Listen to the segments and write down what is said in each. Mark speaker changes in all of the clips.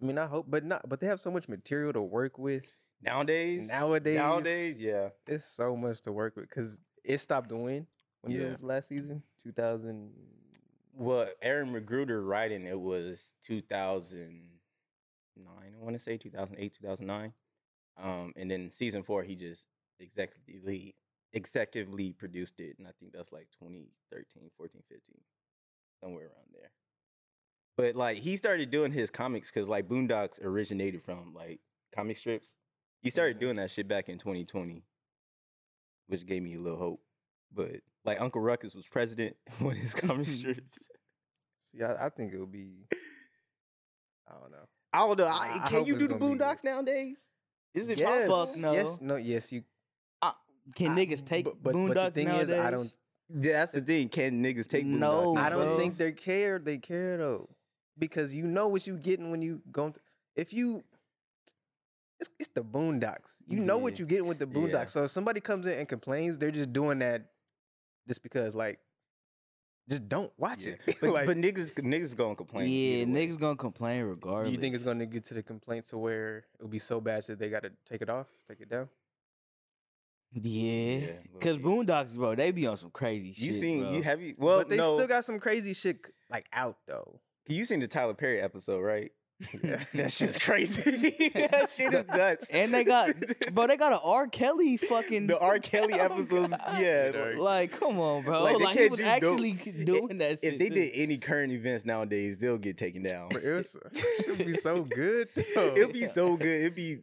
Speaker 1: I mean, I hope, but not. But they have so much material to work with
Speaker 2: Nowadays,
Speaker 1: nowadays.
Speaker 2: nowadays, yeah.
Speaker 1: it's so much to work with because it stopped doing when
Speaker 2: Yeah.
Speaker 1: it was last season, two thousand.
Speaker 2: Well, Aaron Magruder writing it was 2009. I want to say 2008, 2009. Um, and then season four, he just executively executively produced it, and I think that's like 2013, 14, 15, somewhere around there. But like he started doing his comics because like Boondocks originated from like comic strips. He started
Speaker 1: Mhm.
Speaker 2: doing that shit back in 2020, which gave me a little hope. But like Uncle Ruckus was president when his comic strips.
Speaker 1: See, I, I think it would be. I don't know.
Speaker 2: I don't know.
Speaker 1: I-
Speaker 2: I,
Speaker 1: I
Speaker 2: can
Speaker 1: hope
Speaker 2: you
Speaker 1: it's
Speaker 2: do the
Speaker 1: gonna be
Speaker 2: Boondocks nowadays?
Speaker 3: Is it
Speaker 1: yes,
Speaker 3: fuck no?
Speaker 1: Yes, no, yes. You
Speaker 3: Can
Speaker 1: I-
Speaker 3: niggas take
Speaker 1: but- but- but the
Speaker 3: boondocks
Speaker 1: thing
Speaker 3: nowadays?
Speaker 1: is, I don't
Speaker 2: Yeah, that's the thing. Can niggas take Boondocks?
Speaker 3: No,
Speaker 1: I don't
Speaker 3: bro.
Speaker 1: think they care. They care though, because you know what you getting when you go. Th- if you, it's, it's the Boondocks. You know what
Speaker 2: Yeah.
Speaker 1: you getting with the
Speaker 2: Yeah.
Speaker 1: Boondocks. So if somebody comes in and complains, they're just doing that, just because like, just don't watch
Speaker 2: Yeah.
Speaker 1: it.
Speaker 2: But,
Speaker 1: Like,
Speaker 2: but niggas, niggas gonna complain.
Speaker 3: yeah,
Speaker 2: either way.
Speaker 3: niggas gonna complain regardless.
Speaker 1: do you think it's gonna get to the complaint to where it'll be so bad that they got to take it off, take it down?
Speaker 3: Yeah,
Speaker 2: Yeah, low
Speaker 3: cause
Speaker 2: key.
Speaker 3: boondocks, bro, they be on some crazy shit.
Speaker 2: You seen?
Speaker 3: bro.
Speaker 2: You have you? Well,
Speaker 1: but they
Speaker 2: no,
Speaker 1: still got some crazy shit like out though.
Speaker 2: you seen the Tyler Perry episode, right?
Speaker 1: Yeah.
Speaker 2: That's just crazy. that shit is nuts.
Speaker 3: and they got, bro, they got an R. Kelly fucking
Speaker 2: the R. Kelly
Speaker 3: Oh,
Speaker 2: episodes.
Speaker 3: God.
Speaker 2: yeah, like-
Speaker 3: Like, come on, bro.
Speaker 2: Like,
Speaker 3: Like,
Speaker 2: they
Speaker 3: he
Speaker 2: can't
Speaker 3: was
Speaker 2: do dope.
Speaker 3: actually doing that. shit
Speaker 2: if they
Speaker 3: too.
Speaker 2: did any current events nowadays, they'll get taken down.
Speaker 1: But it was, it'd be so good. though.
Speaker 2: It'll be so good. It'd be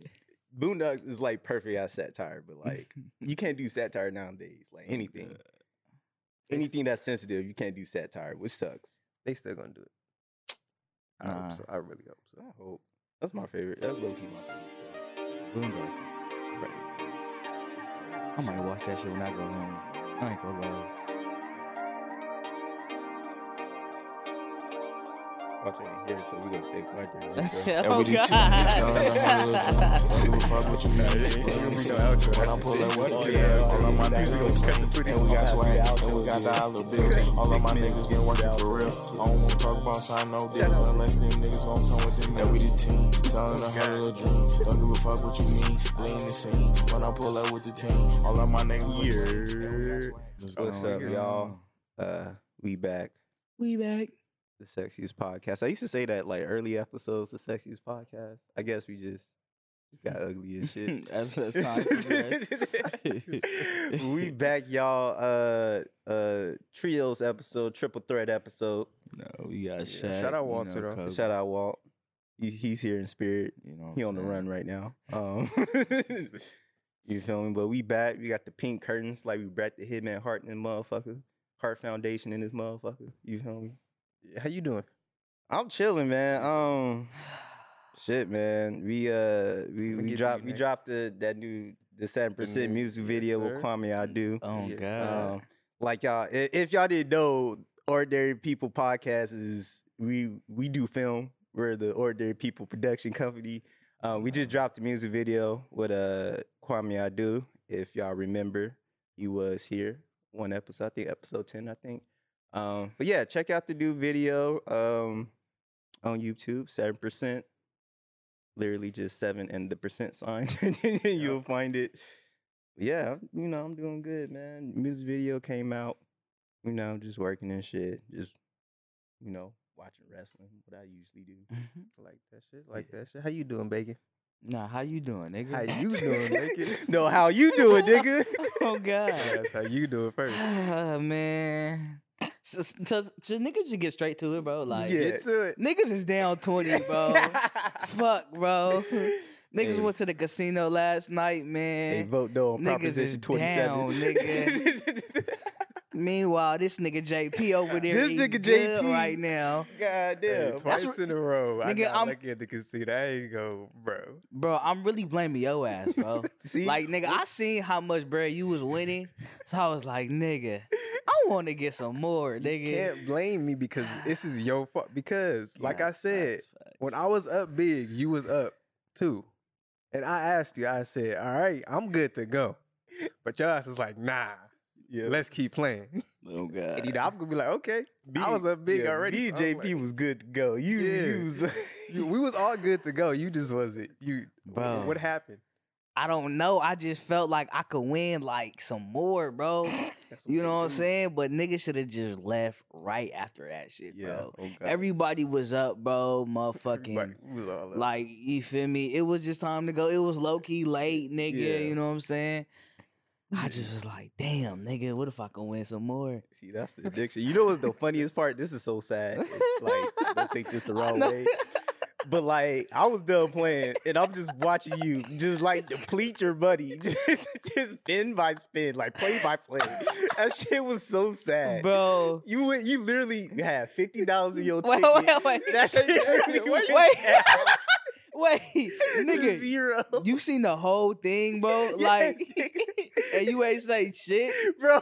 Speaker 2: Boondocks is like perfect as satire, but like you can't do satire nowadays. Like anything, anything that's sensitive, you can't do satire, which sucks.
Speaker 1: They still gonna do it. I
Speaker 3: Nah.
Speaker 1: hope so. I really hope so.
Speaker 2: I hope that's my favorite. That's low key my favorite. show.
Speaker 3: Boondocks is crazy. I might watch that shit when I go home. I ain't gonna lie.
Speaker 2: Watch it here, so we gonna stay quiet. during the intro.
Speaker 3: Oh,
Speaker 4: And with these two
Speaker 3: God.
Speaker 4: hands on, I'm a little Give a fuck what you mean. They ain't listen. When I pull up with the tail, all of my niggas been clean. And we got swag, and we got dollar bills. All of my niggas been working for real. I don't wanna talk about sign no deals unless them niggas gon' come with them. And we the team, selling a hundred little dream. Don't give a fuck what you mean. Lean the scene. When I pull up with the team, all of my niggas been clean. And we got swag.
Speaker 2: What's up, y'all? Uh, we back.
Speaker 3: We back.
Speaker 2: The sexiest podcast. I used to say that like early episodes, the sexiest podcast. I guess we just got ugly and shit.
Speaker 3: That's that's time. progress.
Speaker 2: we back, y'all. Uh, uh, trios episode, triple threat episode.
Speaker 3: No, we got
Speaker 1: Yeah,
Speaker 3: Shaq.
Speaker 1: shout out
Speaker 3: you
Speaker 1: Walter,
Speaker 3: know,
Speaker 1: though.
Speaker 3: Kobe,
Speaker 2: Shout out Walt. He, he's here in spirit.
Speaker 3: You know, what
Speaker 2: He
Speaker 3: I'm
Speaker 2: on the
Speaker 3: saying?
Speaker 2: run right now. Um, you feel me? But we back. We got the pink curtains, like we brought the Hitman Heart in this motherfucker, Heart Foundation in this motherfucker. You feel me?
Speaker 1: How you doing?
Speaker 2: I'm chilling, man. Um, shit, man. We uh, we
Speaker 1: I'ma get to
Speaker 2: we
Speaker 1: you
Speaker 2: dropped we
Speaker 1: next.
Speaker 2: dropped the that new the seven percent
Speaker 1: new-
Speaker 2: music
Speaker 1: yes,
Speaker 2: video with
Speaker 1: sir.
Speaker 2: Kwame I do.
Speaker 3: Oh
Speaker 1: Yes,
Speaker 3: God.
Speaker 2: Um, like y'all, i- if y'all didn't know, Ordinary People Podcast is we we do film. We're the Ordinary People Production Company. Um, we just dropped the music video with uh Kwame Adu. If y'all remember, he was here one episode. I think episode ten. I think. Um, but yeah, check out the new video um, on YouTube. Seven percent, literally just seven and the percent sign. You'll find it yeah, I'm- you know, I'm doing good, man. Music video came out. You know, just working and shit. Just, you know, watching wrestling, what I usually do.
Speaker 1: Like that shit. Like that shit. How you doing, Bacon?
Speaker 3: nah, how you doing, nigga?
Speaker 1: How you doing, Bacon?
Speaker 2: no, how you doing, nigga?
Speaker 3: oh God.
Speaker 1: That's how you doing first.
Speaker 3: Ah, man. Just, just, just niggas should get straight to it, bro. Like
Speaker 2: Yeah.
Speaker 1: Get to it.
Speaker 3: niggas is down twenty, bro. Fuck, bro. Niggas
Speaker 2: Hey.
Speaker 3: went to the casino last night,
Speaker 2: They
Speaker 3: man.
Speaker 2: vote no on
Speaker 3: Niggas is
Speaker 2: Proposition 27.
Speaker 3: down, nigga. Meanwhile, this nigga JP over there.
Speaker 2: This
Speaker 3: eating
Speaker 2: nigga
Speaker 3: good
Speaker 2: JP.
Speaker 3: right now,
Speaker 2: God
Speaker 1: Hey,
Speaker 2: damn.
Speaker 1: twice
Speaker 3: what-
Speaker 1: in a row. I
Speaker 3: Nigga,
Speaker 1: got
Speaker 3: I'm-
Speaker 1: lucky at the casino. I ain't go, bro.
Speaker 3: bro. I'm really blaming your ass, bro.
Speaker 2: See,
Speaker 3: Like nigga, I seen how much bread you was winning, so I was like, nigga, I want to get some more, nigga.
Speaker 1: Can't blame me because this is your fault. Because, like
Speaker 3: Nah,
Speaker 1: I said,
Speaker 3: facts, facts.
Speaker 1: when I was up big, you was up too. And I asked you, I said, all right, I'm good to go. But your ass was like, nah,
Speaker 2: yeah.
Speaker 1: let's keep playing.
Speaker 3: Oh god.
Speaker 1: And, you know, I'm gonna be like, okay, I was up big already. I was
Speaker 2: BJP was good to go. You,
Speaker 1: Yeah.
Speaker 2: you was,
Speaker 1: you- we was all good to go. You just wasn't. You,
Speaker 3: Bro.
Speaker 1: what happened?
Speaker 3: I don't know. I just felt like I could win like some more, bro.
Speaker 1: That's
Speaker 3: You know what I'm
Speaker 1: we do.
Speaker 3: saying? But niggas should have just left right after that shit,
Speaker 2: yeah.
Speaker 3: bro.
Speaker 2: Oh God.
Speaker 3: Everybody was up, bro. Motherfucking
Speaker 1: Everybody- we was all up.
Speaker 3: like you feel me? It was just time to go. It was low key late, nigga.
Speaker 2: Yeah.
Speaker 3: You know what I'm saying? I just was like, damn, nigga, what if I can win some more?
Speaker 2: See, that's the addiction. You know what's the funniest part? This is so sad. It's Like, don't take this the
Speaker 3: I
Speaker 2: wrong
Speaker 3: know.
Speaker 2: way. But like, I was done playing, and I'm just watching you, just like deplete your money, just, just spin by spin, like play by play. That shit was so sad,
Speaker 3: Bro.
Speaker 2: You went, you literally had fifty dollars in your
Speaker 3: Wait,
Speaker 2: ticket.
Speaker 3: wait, wait.
Speaker 2: That shit really
Speaker 3: Wait,
Speaker 2: went
Speaker 3: wait.
Speaker 2: down
Speaker 3: Wait,
Speaker 2: to
Speaker 3: nigga,
Speaker 2: zero,
Speaker 3: you seen the whole thing, bro?
Speaker 2: Yes,
Speaker 3: like, and you ain't say shit.
Speaker 2: bro.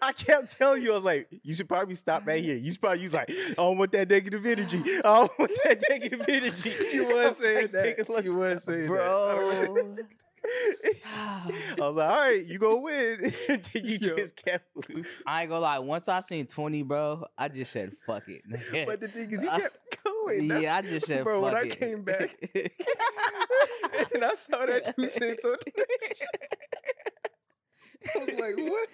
Speaker 2: I can't tell you. I was like, you should probably stop right here. You should probably use like, I don't want that negative energy. I don't want that negative energy.
Speaker 1: you
Speaker 2: I
Speaker 1: was saying
Speaker 2: like, nigga,
Speaker 1: that.
Speaker 2: let's
Speaker 1: You was saying that.
Speaker 3: Bro.
Speaker 2: I was like, all right, you gonna win. and then you
Speaker 1: Yo.
Speaker 2: just kept losing.
Speaker 3: I ain't gonna lie. Once I seen 20, bro, I just said fuck it.
Speaker 1: But the thing is, you
Speaker 3: I-
Speaker 1: kept going. That's-
Speaker 3: yeah, I just said
Speaker 1: Bro,
Speaker 3: fuck
Speaker 1: when I
Speaker 3: it.
Speaker 1: came back- and I saw that two cents on. I was like, what?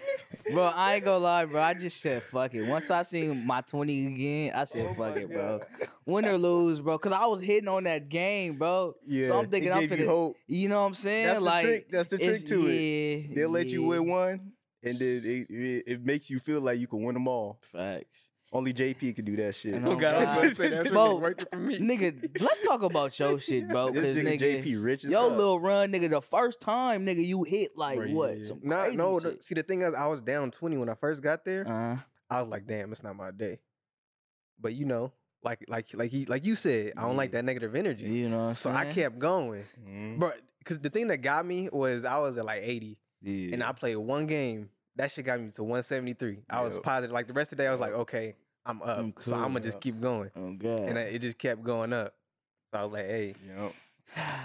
Speaker 3: bro, I ain't gonna lie, bro. I just said fuck it. Once I seen my 20 again, I said
Speaker 1: Oh
Speaker 3: fuck
Speaker 1: my
Speaker 3: it, bro.
Speaker 1: God.
Speaker 3: Win or lose, bro. Cause I was hitting on that game, bro.
Speaker 2: Yeah,
Speaker 3: So I'm thinking
Speaker 2: it
Speaker 3: I'm
Speaker 2: gave you
Speaker 3: finna-
Speaker 2: hope.
Speaker 3: You know what I'm saying?
Speaker 2: That's the
Speaker 3: like
Speaker 2: trick. That's the trick
Speaker 3: it's-
Speaker 2: to it.
Speaker 3: yeah,
Speaker 2: They'll let you
Speaker 3: yeah.
Speaker 2: win one, and then it, it, it makes you feel like you can win them all.
Speaker 3: Facts.
Speaker 2: Only JP can do that shit.
Speaker 3: And Oh, I'm God.
Speaker 1: I was gonna say, that's
Speaker 3: Bro.
Speaker 1: right there for me.
Speaker 3: Nigga, let's talk about your shit, bro. Oh, Cause
Speaker 2: This nigga,
Speaker 3: nigga,
Speaker 2: JP rich as
Speaker 3: Yo,
Speaker 2: fuck.
Speaker 3: little run, nigga. The first time, nigga, you hit like
Speaker 2: Right,
Speaker 3: what?
Speaker 2: yeah.
Speaker 3: Some
Speaker 1: Nah,
Speaker 3: crazy
Speaker 1: no, the,
Speaker 3: shit.
Speaker 1: see the thing is, I was down twenty when I first got there.
Speaker 3: Uh,
Speaker 1: I was like, damn, it's not my day. But you know, like like like he like you said, I don't like
Speaker 2: Yeah.
Speaker 1: that negative energy.
Speaker 3: you know, what I'm
Speaker 1: So I
Speaker 3: saying? Mm-hmm.
Speaker 1: kept going.
Speaker 2: Mhm.
Speaker 1: But because the thing that got me was I was at like 80
Speaker 2: Mm-hmm.
Speaker 3: Yeah.
Speaker 1: and I played one game. That shit got me to 173. I was
Speaker 2: Yep.
Speaker 1: positive. Like the rest of the day, I was like, okay, I'm up.
Speaker 3: I'm
Speaker 1: So I'm gonna
Speaker 2: cool.
Speaker 1: just
Speaker 2: Yep.
Speaker 1: keep going.
Speaker 3: oh god.
Speaker 1: And I, it just kept going up. So I was like, hey,
Speaker 2: Yup.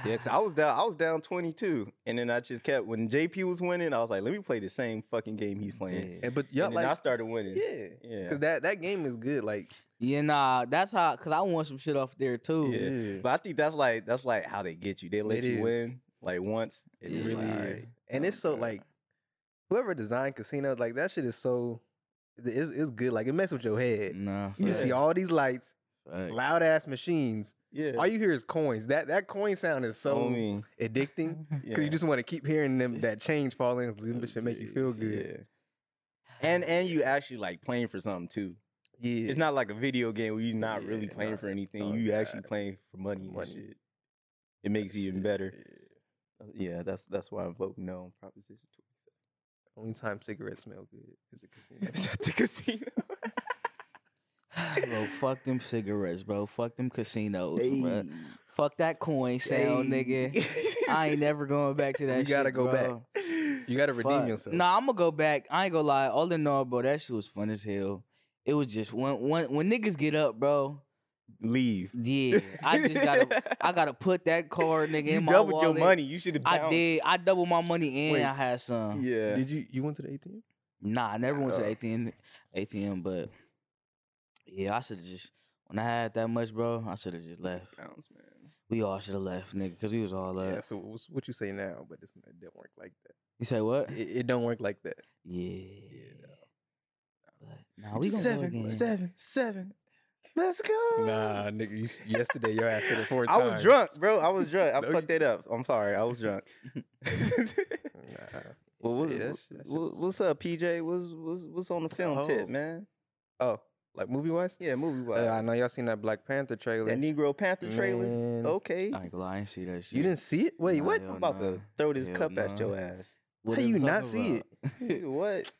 Speaker 2: Yeah, 'cause I was down. I was down twenty two, and then I just kept when JP was winning. I was like, let me play the same fucking game he's playing.
Speaker 3: Yeah.
Speaker 1: and, but yeah,
Speaker 2: and then I
Speaker 1: like
Speaker 2: started winning.
Speaker 1: yeah,
Speaker 2: Yeah.
Speaker 1: because that that game is good. Like
Speaker 3: Yeah, nah, that's how. Cause I want some shit off there too.
Speaker 2: Yeah. But I think that's like that's like how they get you. They let
Speaker 1: It
Speaker 2: you
Speaker 1: is.
Speaker 2: win like once. It
Speaker 3: It
Speaker 2: is
Speaker 1: It really
Speaker 2: like, all
Speaker 1: is.
Speaker 2: right.
Speaker 1: And it's so like whoever designed casinos, like that shit is so it's, it's good. Like it messes with your
Speaker 2: Mm,
Speaker 1: head.
Speaker 3: Nah.
Speaker 1: You
Speaker 3: facts,
Speaker 1: see all these lights,
Speaker 3: facts.
Speaker 1: loud ass machines.
Speaker 2: yeah.
Speaker 1: All you hear is coins. That that coin sound is so
Speaker 2: I mean,
Speaker 1: addicting
Speaker 2: yeah.
Speaker 1: because you just want to keep hearing them that change falling. 'cause It should make you feel good.
Speaker 2: Yeah. And and you actually like playing for something too.
Speaker 1: Yeah,
Speaker 2: It's not like a video game where you're not really
Speaker 1: Yeah,
Speaker 2: playing
Speaker 1: nah,
Speaker 2: for anything.
Speaker 1: oh,
Speaker 2: you
Speaker 1: God.
Speaker 2: actually playing for money,
Speaker 1: Money.
Speaker 2: and shit. It makes you even
Speaker 1: shit,
Speaker 2: better. Uh, Yeah, that's that's why I vote no on Proposition
Speaker 1: only time cigarettes smell good is a casino.
Speaker 2: 27. Is that the casino?
Speaker 3: bro, fuck them cigarettes, bro. Fuck them casinos. Bro.
Speaker 2: Hey,
Speaker 3: Fuck that coin sound, nigga.
Speaker 2: hey.
Speaker 3: I ain't never going back to that.
Speaker 1: You gotta
Speaker 3: shit,
Speaker 1: go back.
Speaker 3: bro.
Speaker 1: You got to redeem
Speaker 3: Fuck.
Speaker 1: yourself.
Speaker 3: Nah, I'm gonna go back. I ain't gonna lie. All in all, bro, that shit was fun as hell. It was just when when when niggas get up, bro.
Speaker 2: Leave.
Speaker 3: Yeah, I just gotta I gotta put that card, nigga,
Speaker 2: you
Speaker 3: in my
Speaker 2: doubled
Speaker 3: wallet.
Speaker 2: your money. You should have bounced.
Speaker 3: I did. I doubled my money and
Speaker 2: Wait.
Speaker 3: I had some.
Speaker 2: Yeah.
Speaker 1: Did you you went to the ATM?
Speaker 3: Nah, I never went to
Speaker 1: Uh.
Speaker 3: ATM, ATM, but yeah, I should have just when I had that much, bro. I should have just left.
Speaker 2: Bounce, man.
Speaker 3: We all should have left, nigga, because we was
Speaker 2: Uh,
Speaker 3: all up.
Speaker 1: yeah. So what's what you say now? But it's, it don't work like that.
Speaker 3: You say what?
Speaker 1: It, it don't work like that.
Speaker 3: Yeah. But, nah, we gonna go again.
Speaker 2: seven, seven. Let's go.
Speaker 1: Nah, nigga, you, yesterday your ass hit it four
Speaker 2: I
Speaker 1: times.
Speaker 2: was drunk, bro. I was drunk. I
Speaker 1: No, you-
Speaker 2: fucked that up. I'm sorry. I was drunk.
Speaker 1: Nah.
Speaker 2: well,
Speaker 1: Yeah, that
Speaker 2: what, what-
Speaker 1: shit- that shit
Speaker 2: what- what's up, PJ? What's, what's what's on the film tip,
Speaker 1: Oh.
Speaker 2: man?
Speaker 1: Oh, like movie wise?
Speaker 2: Yeah, movie wise.
Speaker 1: Uh, I know y'all seen that Black Panther trailer.
Speaker 2: that Negro Panther trailer. Oh,
Speaker 1: Man.
Speaker 2: Okay.
Speaker 3: I ain't gonna lie, I ain't see that shit.
Speaker 1: You didn't see it? Wait,
Speaker 3: Nah,
Speaker 1: what?
Speaker 3: yo.
Speaker 2: I'm about to
Speaker 3: nah.
Speaker 2: throw this
Speaker 3: Hell
Speaker 2: cup at
Speaker 3: nah.
Speaker 2: your ass.
Speaker 3: What
Speaker 1: How
Speaker 3: is
Speaker 1: you
Speaker 3: it
Speaker 1: not
Speaker 3: talking
Speaker 1: see
Speaker 3: about?
Speaker 2: what?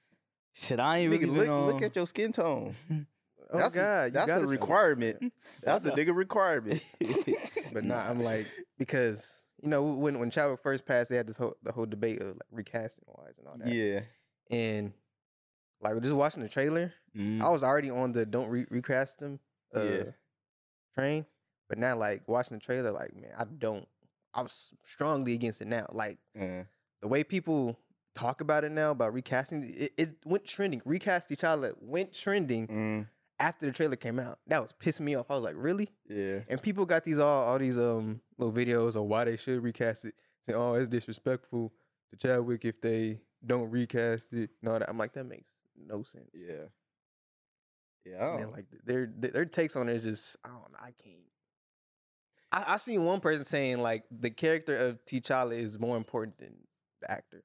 Speaker 3: Shit, I ain't
Speaker 2: Nigga,
Speaker 3: really
Speaker 2: look,
Speaker 3: been on.
Speaker 2: look at your skin tone.
Speaker 1: Oh
Speaker 2: that's a-
Speaker 1: God, you
Speaker 2: that's
Speaker 1: gotta
Speaker 2: a
Speaker 1: see it.
Speaker 2: requirement. That's a
Speaker 3: know.
Speaker 2: nigga requirement.
Speaker 1: But nah, I'm like because you know when when Chadwick first passed, they had this whole the whole debate of like recasting wise and all that.
Speaker 2: yeah.
Speaker 1: And like just watching the trailer,
Speaker 3: Mm.
Speaker 1: I was already on the don't re- recast them uh,
Speaker 2: Mm-hmm. Yeah.
Speaker 1: train, but now like watching the trailer, like man, I don't. I was strongly against it now. Like
Speaker 2: Uh,
Speaker 1: the way people talk about it now about recasting. It, it went trending. Recast each other went trending
Speaker 2: Mm,
Speaker 1: after the trailer came out. That was pissing me off. I was like, really?
Speaker 2: yeah.
Speaker 1: And people got these all all these um little videos of why they should recast it. Saying, oh, it's disrespectful to Chadwick if they don't recast it. No, that I'm like, that makes no sense.
Speaker 2: Yeah. Yeah. I
Speaker 1: And then,
Speaker 2: don't-
Speaker 1: like their their their takes on it is just I don't know. I can't. I, I seen one person saying like the character of T'Challa is more important than the actor,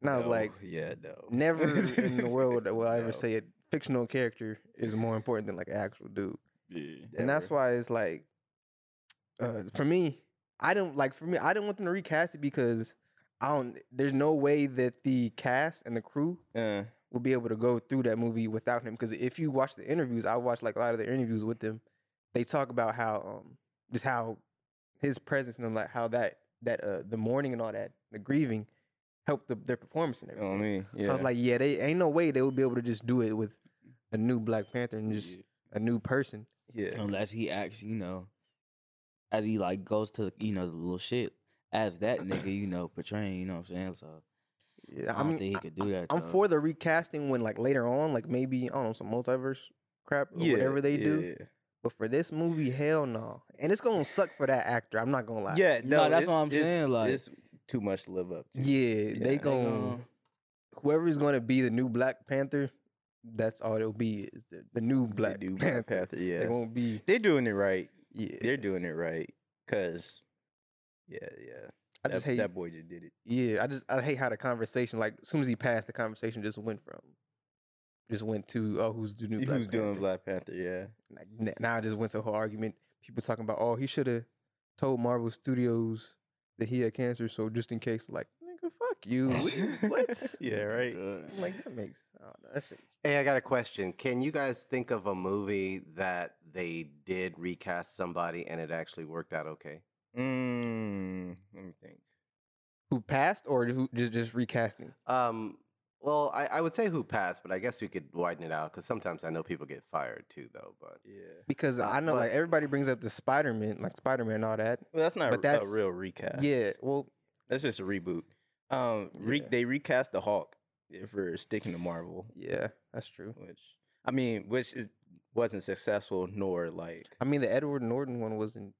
Speaker 1: and I was
Speaker 2: no,
Speaker 1: like,
Speaker 2: yeah, no.
Speaker 1: never in the world will I
Speaker 2: No,
Speaker 1: ever say a fictional character is more important than like an actual dude,
Speaker 5: Yeah.
Speaker 1: and that's
Speaker 2: never.
Speaker 1: why it's like, uh, for me, I don't like for me I didn't want them to recast it because I don't. There's no way that the cast and the crew
Speaker 2: Uh,
Speaker 1: will be able to go through that movie without him. Because if you watch the interviews, I watched like a lot of the interviews with them. They talk about how um just how his presence and like how that that uh the mourning and all that the grieving helped the, their performance and
Speaker 2: you know what I
Speaker 1: everything.
Speaker 2: mean? Um, Yeah.
Speaker 1: So I was like, yeah, they ain't no way they would be able to just do it with a new Black Panther and just a new person.
Speaker 2: yeah.
Speaker 3: Unless he acts, you know, as he like goes to, you know, the little shit as that nigga, you know, portraying, you know what I'm saying? So
Speaker 1: Yeah,
Speaker 3: I
Speaker 1: I
Speaker 3: don't
Speaker 1: mean,
Speaker 3: think um he could do that.
Speaker 1: I'm
Speaker 3: though.
Speaker 1: for the recasting when like later on, like maybe I don't know some multiverse crap or
Speaker 2: yeah,
Speaker 1: whatever they do.
Speaker 2: yeah.
Speaker 1: But for this movie, hell no. And it's gonna suck for that actor. I'm not gonna lie.
Speaker 2: Yeah, no,
Speaker 3: No, that's
Speaker 2: it's-
Speaker 3: what I'm
Speaker 2: it's-
Speaker 3: saying, like-
Speaker 2: it's too much to live up to.
Speaker 1: Yeah, they
Speaker 2: they
Speaker 1: gon'
Speaker 3: gonna-
Speaker 1: whoever is gonna be the new Black Panther, that's all it'll be is the, the new
Speaker 2: They
Speaker 1: Black
Speaker 2: do
Speaker 1: Panther.
Speaker 2: Black Panther.
Speaker 1: They
Speaker 2: Yeah,
Speaker 1: won't be.
Speaker 2: they're doing it right.
Speaker 1: Yeah,
Speaker 2: They're doing it right. Cause, yeah, yeah.
Speaker 1: I
Speaker 2: that,
Speaker 1: just hate.
Speaker 2: that boy just did it.
Speaker 1: Yeah, I just I hate how the conversation like as soon as he passed the conversation just went from, just went to oh who's the new
Speaker 2: Who's
Speaker 1: Black Panther?
Speaker 2: doing Black Panther? Yeah,
Speaker 1: Like, n- now I just went to a whole argument. People talking about oh he should have told Marvel Studios that he had cancer, so just in case like nigga fuck you. We- what? Uh,
Speaker 2: yeah, right.
Speaker 5: Good.
Speaker 1: I'm like that makes I don't know, that shit's
Speaker 6: Hey, I got a question. Can you guys think of a movie that they did recast somebody and it actually worked out okay?
Speaker 2: Mm, let me think.
Speaker 1: who passed or who just just recasting.
Speaker 6: Um, well, I, I would say who passed, but I guess we could widen it out because sometimes I know people get fired too, though. But
Speaker 2: Yeah.
Speaker 1: Because
Speaker 6: Uh,
Speaker 1: I know, like
Speaker 6: but-
Speaker 1: everybody brings up the Spider Man, like Spider Man, and all that.
Speaker 2: Well, that's not
Speaker 1: But that's-
Speaker 2: a real recast.
Speaker 1: Yeah, well,
Speaker 2: that's just a reboot. Um, re-
Speaker 1: Yeah.
Speaker 2: they recast the Hulk if we're sticking to Marvel,
Speaker 1: yeah, that's true.
Speaker 2: which I mean, which is, wasn't successful nor like
Speaker 1: I mean, the Edward Norton one wasn't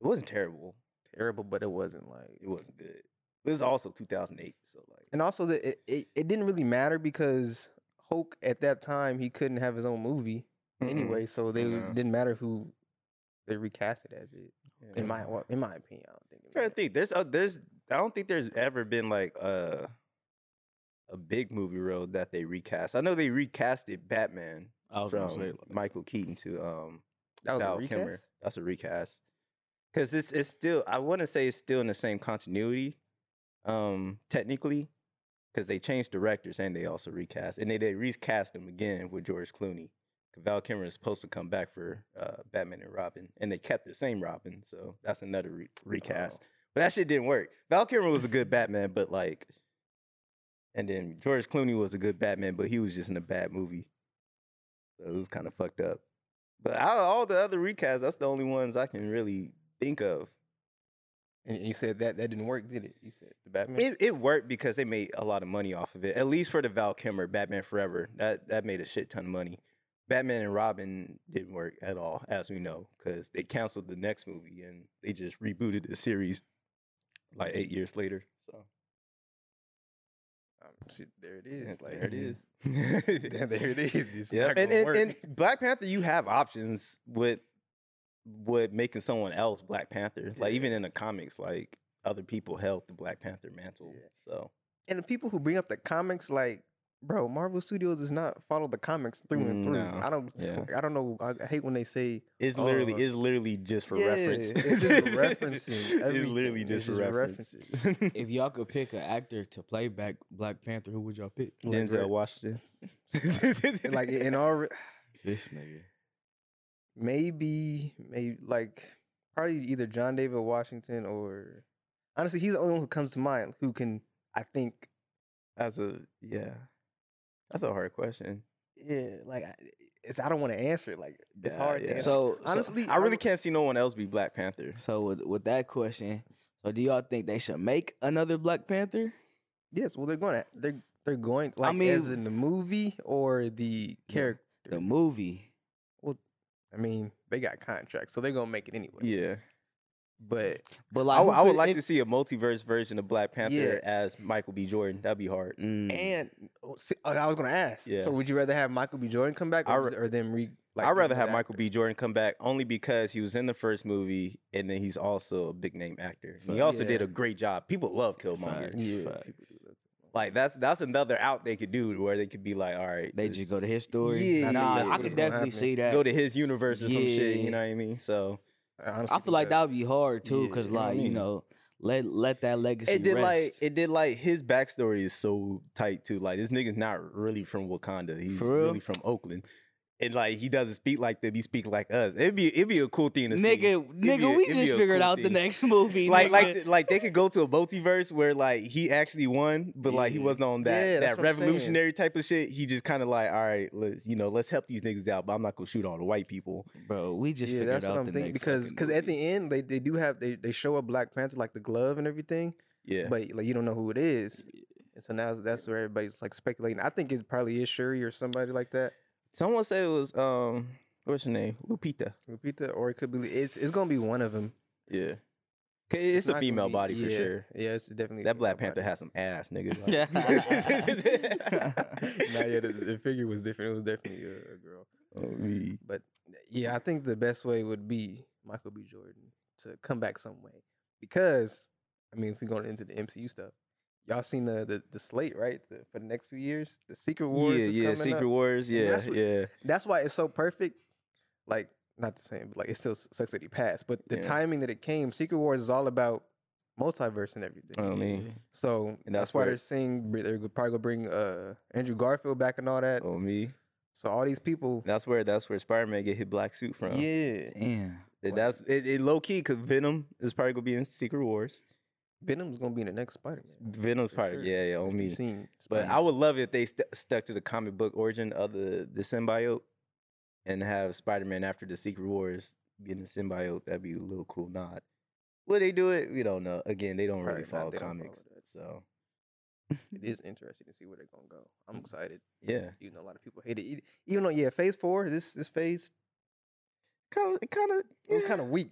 Speaker 2: it wasn't terrible.
Speaker 1: terrible, but it wasn't like,
Speaker 2: It wasn't good. It was also 2008, so like
Speaker 1: and also that it, it, it didn't really matter because Hulk at that time he couldn't have his own movie
Speaker 2: Mm-mm.
Speaker 1: anyway, so they
Speaker 2: No.
Speaker 1: didn't matter who they recast it as it.
Speaker 2: Yeah.
Speaker 1: In my well, in my opinion, I don't think. it
Speaker 2: I'm trying to
Speaker 1: mattered.
Speaker 2: think. There's a, there's I don't think there's ever been like a a big movie role that they recast. I know they recasted Batman
Speaker 3: I was
Speaker 2: from
Speaker 3: gonna say, like,
Speaker 2: Michael Keaton to um
Speaker 1: That was a
Speaker 2: Val
Speaker 1: recast?
Speaker 2: Kilmer. That's a recast. Cause it's it's still I want to say it's still in the same continuity, um, technically, because they changed directors and they also recast and they they recast them again with George Clooney. Val Kilmer is supposed to come back for uh, Batman and Robin, and they kept the same Robin, so that's another re-
Speaker 1: Oh,
Speaker 2: recast. But that shit didn't work. Val Kilmer was a good Batman, but like, and then George Clooney was a good Batman, but he was just in a bad movie, so it was kind of fucked up. But out of all the other recasts, that's the only ones I can really think of.
Speaker 1: And you said that that didn't work, did it? You said the Batman.
Speaker 2: It, it worked because they made a lot of money off of it. At least for the Val Kilmer Batman Forever, that that made a shit ton of money. Batman and Robin didn't work at all, as we know, because they canceled the next movie and they just rebooted the series like eight years later. So
Speaker 1: Um, see, there it is.
Speaker 2: yeah,
Speaker 1: like,
Speaker 2: there it is.
Speaker 1: Damn, there it is. It's
Speaker 2: Yeah,
Speaker 1: not
Speaker 2: and,
Speaker 1: gonna
Speaker 2: and,
Speaker 1: work.
Speaker 2: and Black Panther, you have options with with making someone else Black Panther. Like
Speaker 1: Yeah.
Speaker 2: even in the comics, like other people held the Black Panther mantle.
Speaker 1: Yeah.
Speaker 2: So
Speaker 1: and the people who bring up the comics, like, bro, Marvel Studios does not follow the comics through and through.
Speaker 2: No,
Speaker 1: I don't,
Speaker 2: yeah.
Speaker 1: I don't know. I I hate when they say
Speaker 2: it's literally
Speaker 1: Uh,
Speaker 2: it's literally just for
Speaker 1: Yeah,
Speaker 2: reference.
Speaker 1: it's just referencing
Speaker 2: It's
Speaker 1: everything.
Speaker 2: literally
Speaker 1: It's
Speaker 2: just for
Speaker 1: just
Speaker 2: reference.
Speaker 3: if y'all could pick an actor to play back Black Panther, who would y'all pick?
Speaker 2: Denzel Washington.
Speaker 1: and, like in all re-
Speaker 5: This nigga.
Speaker 1: maybe maybe like probably either John David Washington or honestly, he's the only one who comes to mind who can I think
Speaker 2: that's a yeah. That's a hard question.
Speaker 1: yeah like I- it's I don't want to answer it, like it's
Speaker 2: Yeah,
Speaker 1: hard
Speaker 2: yeah.
Speaker 1: to answer.
Speaker 3: So honestly,
Speaker 1: honestly
Speaker 2: I really can't see no one else be Black Panther.
Speaker 3: so, with with that question, so do y'all think they should make another Black Panther?
Speaker 1: Yes, well, they're going to they're they're going like
Speaker 3: mean-
Speaker 1: as in the movie or the
Speaker 3: Yeah.
Speaker 1: character.
Speaker 3: The movie.
Speaker 1: I mean, they got contracts, so they're gonna make it anyway.
Speaker 2: Yeah,
Speaker 1: but
Speaker 3: But
Speaker 2: I
Speaker 3: like,
Speaker 2: would- I would like to see a multiverse version of Black Panther
Speaker 1: Yeah.
Speaker 2: as Michael B. Jordan. That'd be hard.
Speaker 3: Mm,
Speaker 1: and oh, see, oh, I was gonna ask.
Speaker 2: Mm. Yeah.
Speaker 1: So would you rather have Michael B. Jordan come back,
Speaker 2: I
Speaker 1: or,
Speaker 2: re-
Speaker 1: just- or them re? Like,
Speaker 2: I'd rather
Speaker 1: reboot
Speaker 2: have Michael
Speaker 1: after?
Speaker 2: B. Jordan come back only because he was in the first movie, and then he's also a big name actor. And he
Speaker 1: Fuck.
Speaker 2: also
Speaker 1: Yeah.
Speaker 2: did a great job. People love Killmonger.
Speaker 3: Facts,
Speaker 1: Yeah,
Speaker 3: facts.
Speaker 2: Like that's that's another out they could do where they could be like, all right,
Speaker 3: They
Speaker 2: this-
Speaker 3: just go to his story.
Speaker 2: Yeah,
Speaker 3: nah,
Speaker 1: that's
Speaker 3: I
Speaker 1: what's
Speaker 3: could
Speaker 1: gonna
Speaker 3: definitely
Speaker 1: happen.
Speaker 3: see that.
Speaker 2: go to his universe or some shit.
Speaker 3: Yeah.
Speaker 2: You know what I mean? So
Speaker 1: honestly,
Speaker 3: I feel like that would be
Speaker 1: because-
Speaker 3: hard too,
Speaker 1: Yeah,
Speaker 3: because
Speaker 1: you know what I
Speaker 3: like you
Speaker 1: mean?
Speaker 3: know, let let that legacy.
Speaker 2: it did
Speaker 3: rest.
Speaker 2: like it did like his backstory is so tight too. Like this nigga's not really from Wakanda. He's
Speaker 3: For real?
Speaker 2: really from Oakland. And like he doesn't speak like them, he speak like us. It'd be it'd be a cool thing to see.
Speaker 3: nigga,
Speaker 2: be
Speaker 3: nigga,
Speaker 2: a-
Speaker 3: we
Speaker 2: it'd be
Speaker 3: just
Speaker 2: a
Speaker 3: figured
Speaker 2: cool
Speaker 3: out the
Speaker 2: thing.
Speaker 3: next movie.
Speaker 2: like like
Speaker 3: nigga.
Speaker 2: th- like they could go to a multiverse where like he actually won, but like he
Speaker 3: Yeah.
Speaker 2: wasn't on that
Speaker 1: Yeah, that's
Speaker 2: that
Speaker 1: what I'm saying.
Speaker 2: revolutionary type of shit. He just kind of like, all right, let's you know, let's help these niggas out, but I'm not gonna shoot all the white people.
Speaker 3: bro, we just
Speaker 1: yeah,
Speaker 3: figured
Speaker 1: that's
Speaker 3: out
Speaker 1: what I'm
Speaker 3: the
Speaker 1: thinking
Speaker 3: next
Speaker 1: because
Speaker 3: fucking
Speaker 1: because at
Speaker 3: movie.
Speaker 1: the end they, they do have they, they show up Black Panther like the glove and everything,
Speaker 2: Yeah,
Speaker 1: but like you don't know who it is, and so now that's where everybody's like speculating. I think it probably is Shuri or somebody like that,
Speaker 2: someone said it was um, what's her name, Lupita.
Speaker 1: Lupita, or it could be it's it's gonna be one of them.
Speaker 2: Yeah, 'Cause it's,
Speaker 1: not
Speaker 2: a
Speaker 1: gonna
Speaker 2: female
Speaker 1: be-
Speaker 2: body for
Speaker 1: yeah,
Speaker 2: sure.
Speaker 1: Yeah, it's definitely a
Speaker 2: That Black
Speaker 1: female
Speaker 2: Panther
Speaker 1: body.
Speaker 2: has some ass, nigga. like-
Speaker 1: Nah, yeah, the, the figure was different. It was definitely a, a girl.
Speaker 2: Oh, we-
Speaker 1: But yeah, I think the best way would be Michael B. Jordan to come back some way. Because I mean, if we're going into the MCU stuff, y'all seen the the, the slate right the, for the next few years? The Secret Wars.
Speaker 2: yeah,
Speaker 1: is
Speaker 2: yeah,
Speaker 1: coming
Speaker 2: Secret
Speaker 1: up.
Speaker 2: Wars.
Speaker 1: And
Speaker 2: Yeah,
Speaker 1: that's what-
Speaker 2: yeah.
Speaker 1: That's why it's so perfect. Like not the same, but like it still s- sucks that he passed. But the
Speaker 2: Yeah.
Speaker 1: timing that it came, Secret Wars is all about multiverse and everything.
Speaker 2: I mean,
Speaker 1: So
Speaker 2: And
Speaker 1: that's,
Speaker 2: that's
Speaker 1: why
Speaker 2: where-
Speaker 1: they're saying br- they're probably gonna bring uh, Andrew Garfield back and all that.
Speaker 2: oh me.
Speaker 1: So all these people,
Speaker 2: That's where that's where Spider Man get his black suit from.
Speaker 1: yeah,
Speaker 3: Damn.
Speaker 2: That-
Speaker 1: Like-
Speaker 2: That's it, it low key because Venom is probably gonna be in Secret Wars.
Speaker 1: Venom's gonna be in the next Spider Man.
Speaker 2: Venom's
Speaker 1: For
Speaker 2: probably
Speaker 1: sure.
Speaker 2: yeah, yeah, on me.
Speaker 1: Seen
Speaker 2: But
Speaker 1: Spider-Man.
Speaker 2: I would love it if they st- stuck to the comic book origin of the the symbiote and have Spider Man after the Secret Wars being the symbiote. That'd be a little cool nod. Will they do it? We don't know. Again, they don't
Speaker 1: Probably
Speaker 2: really
Speaker 1: not.
Speaker 2: follow
Speaker 1: They don't follow
Speaker 2: comics,
Speaker 1: that.
Speaker 2: so
Speaker 1: it is interesting to see where they're gonna go. I'm excited.
Speaker 2: Mm-hmm. yeah.
Speaker 1: Even though a lot of people hate it. E- Even though yeah, Phase Four, this this phase,
Speaker 2: Kind of, kind of,
Speaker 1: it was kind of weak.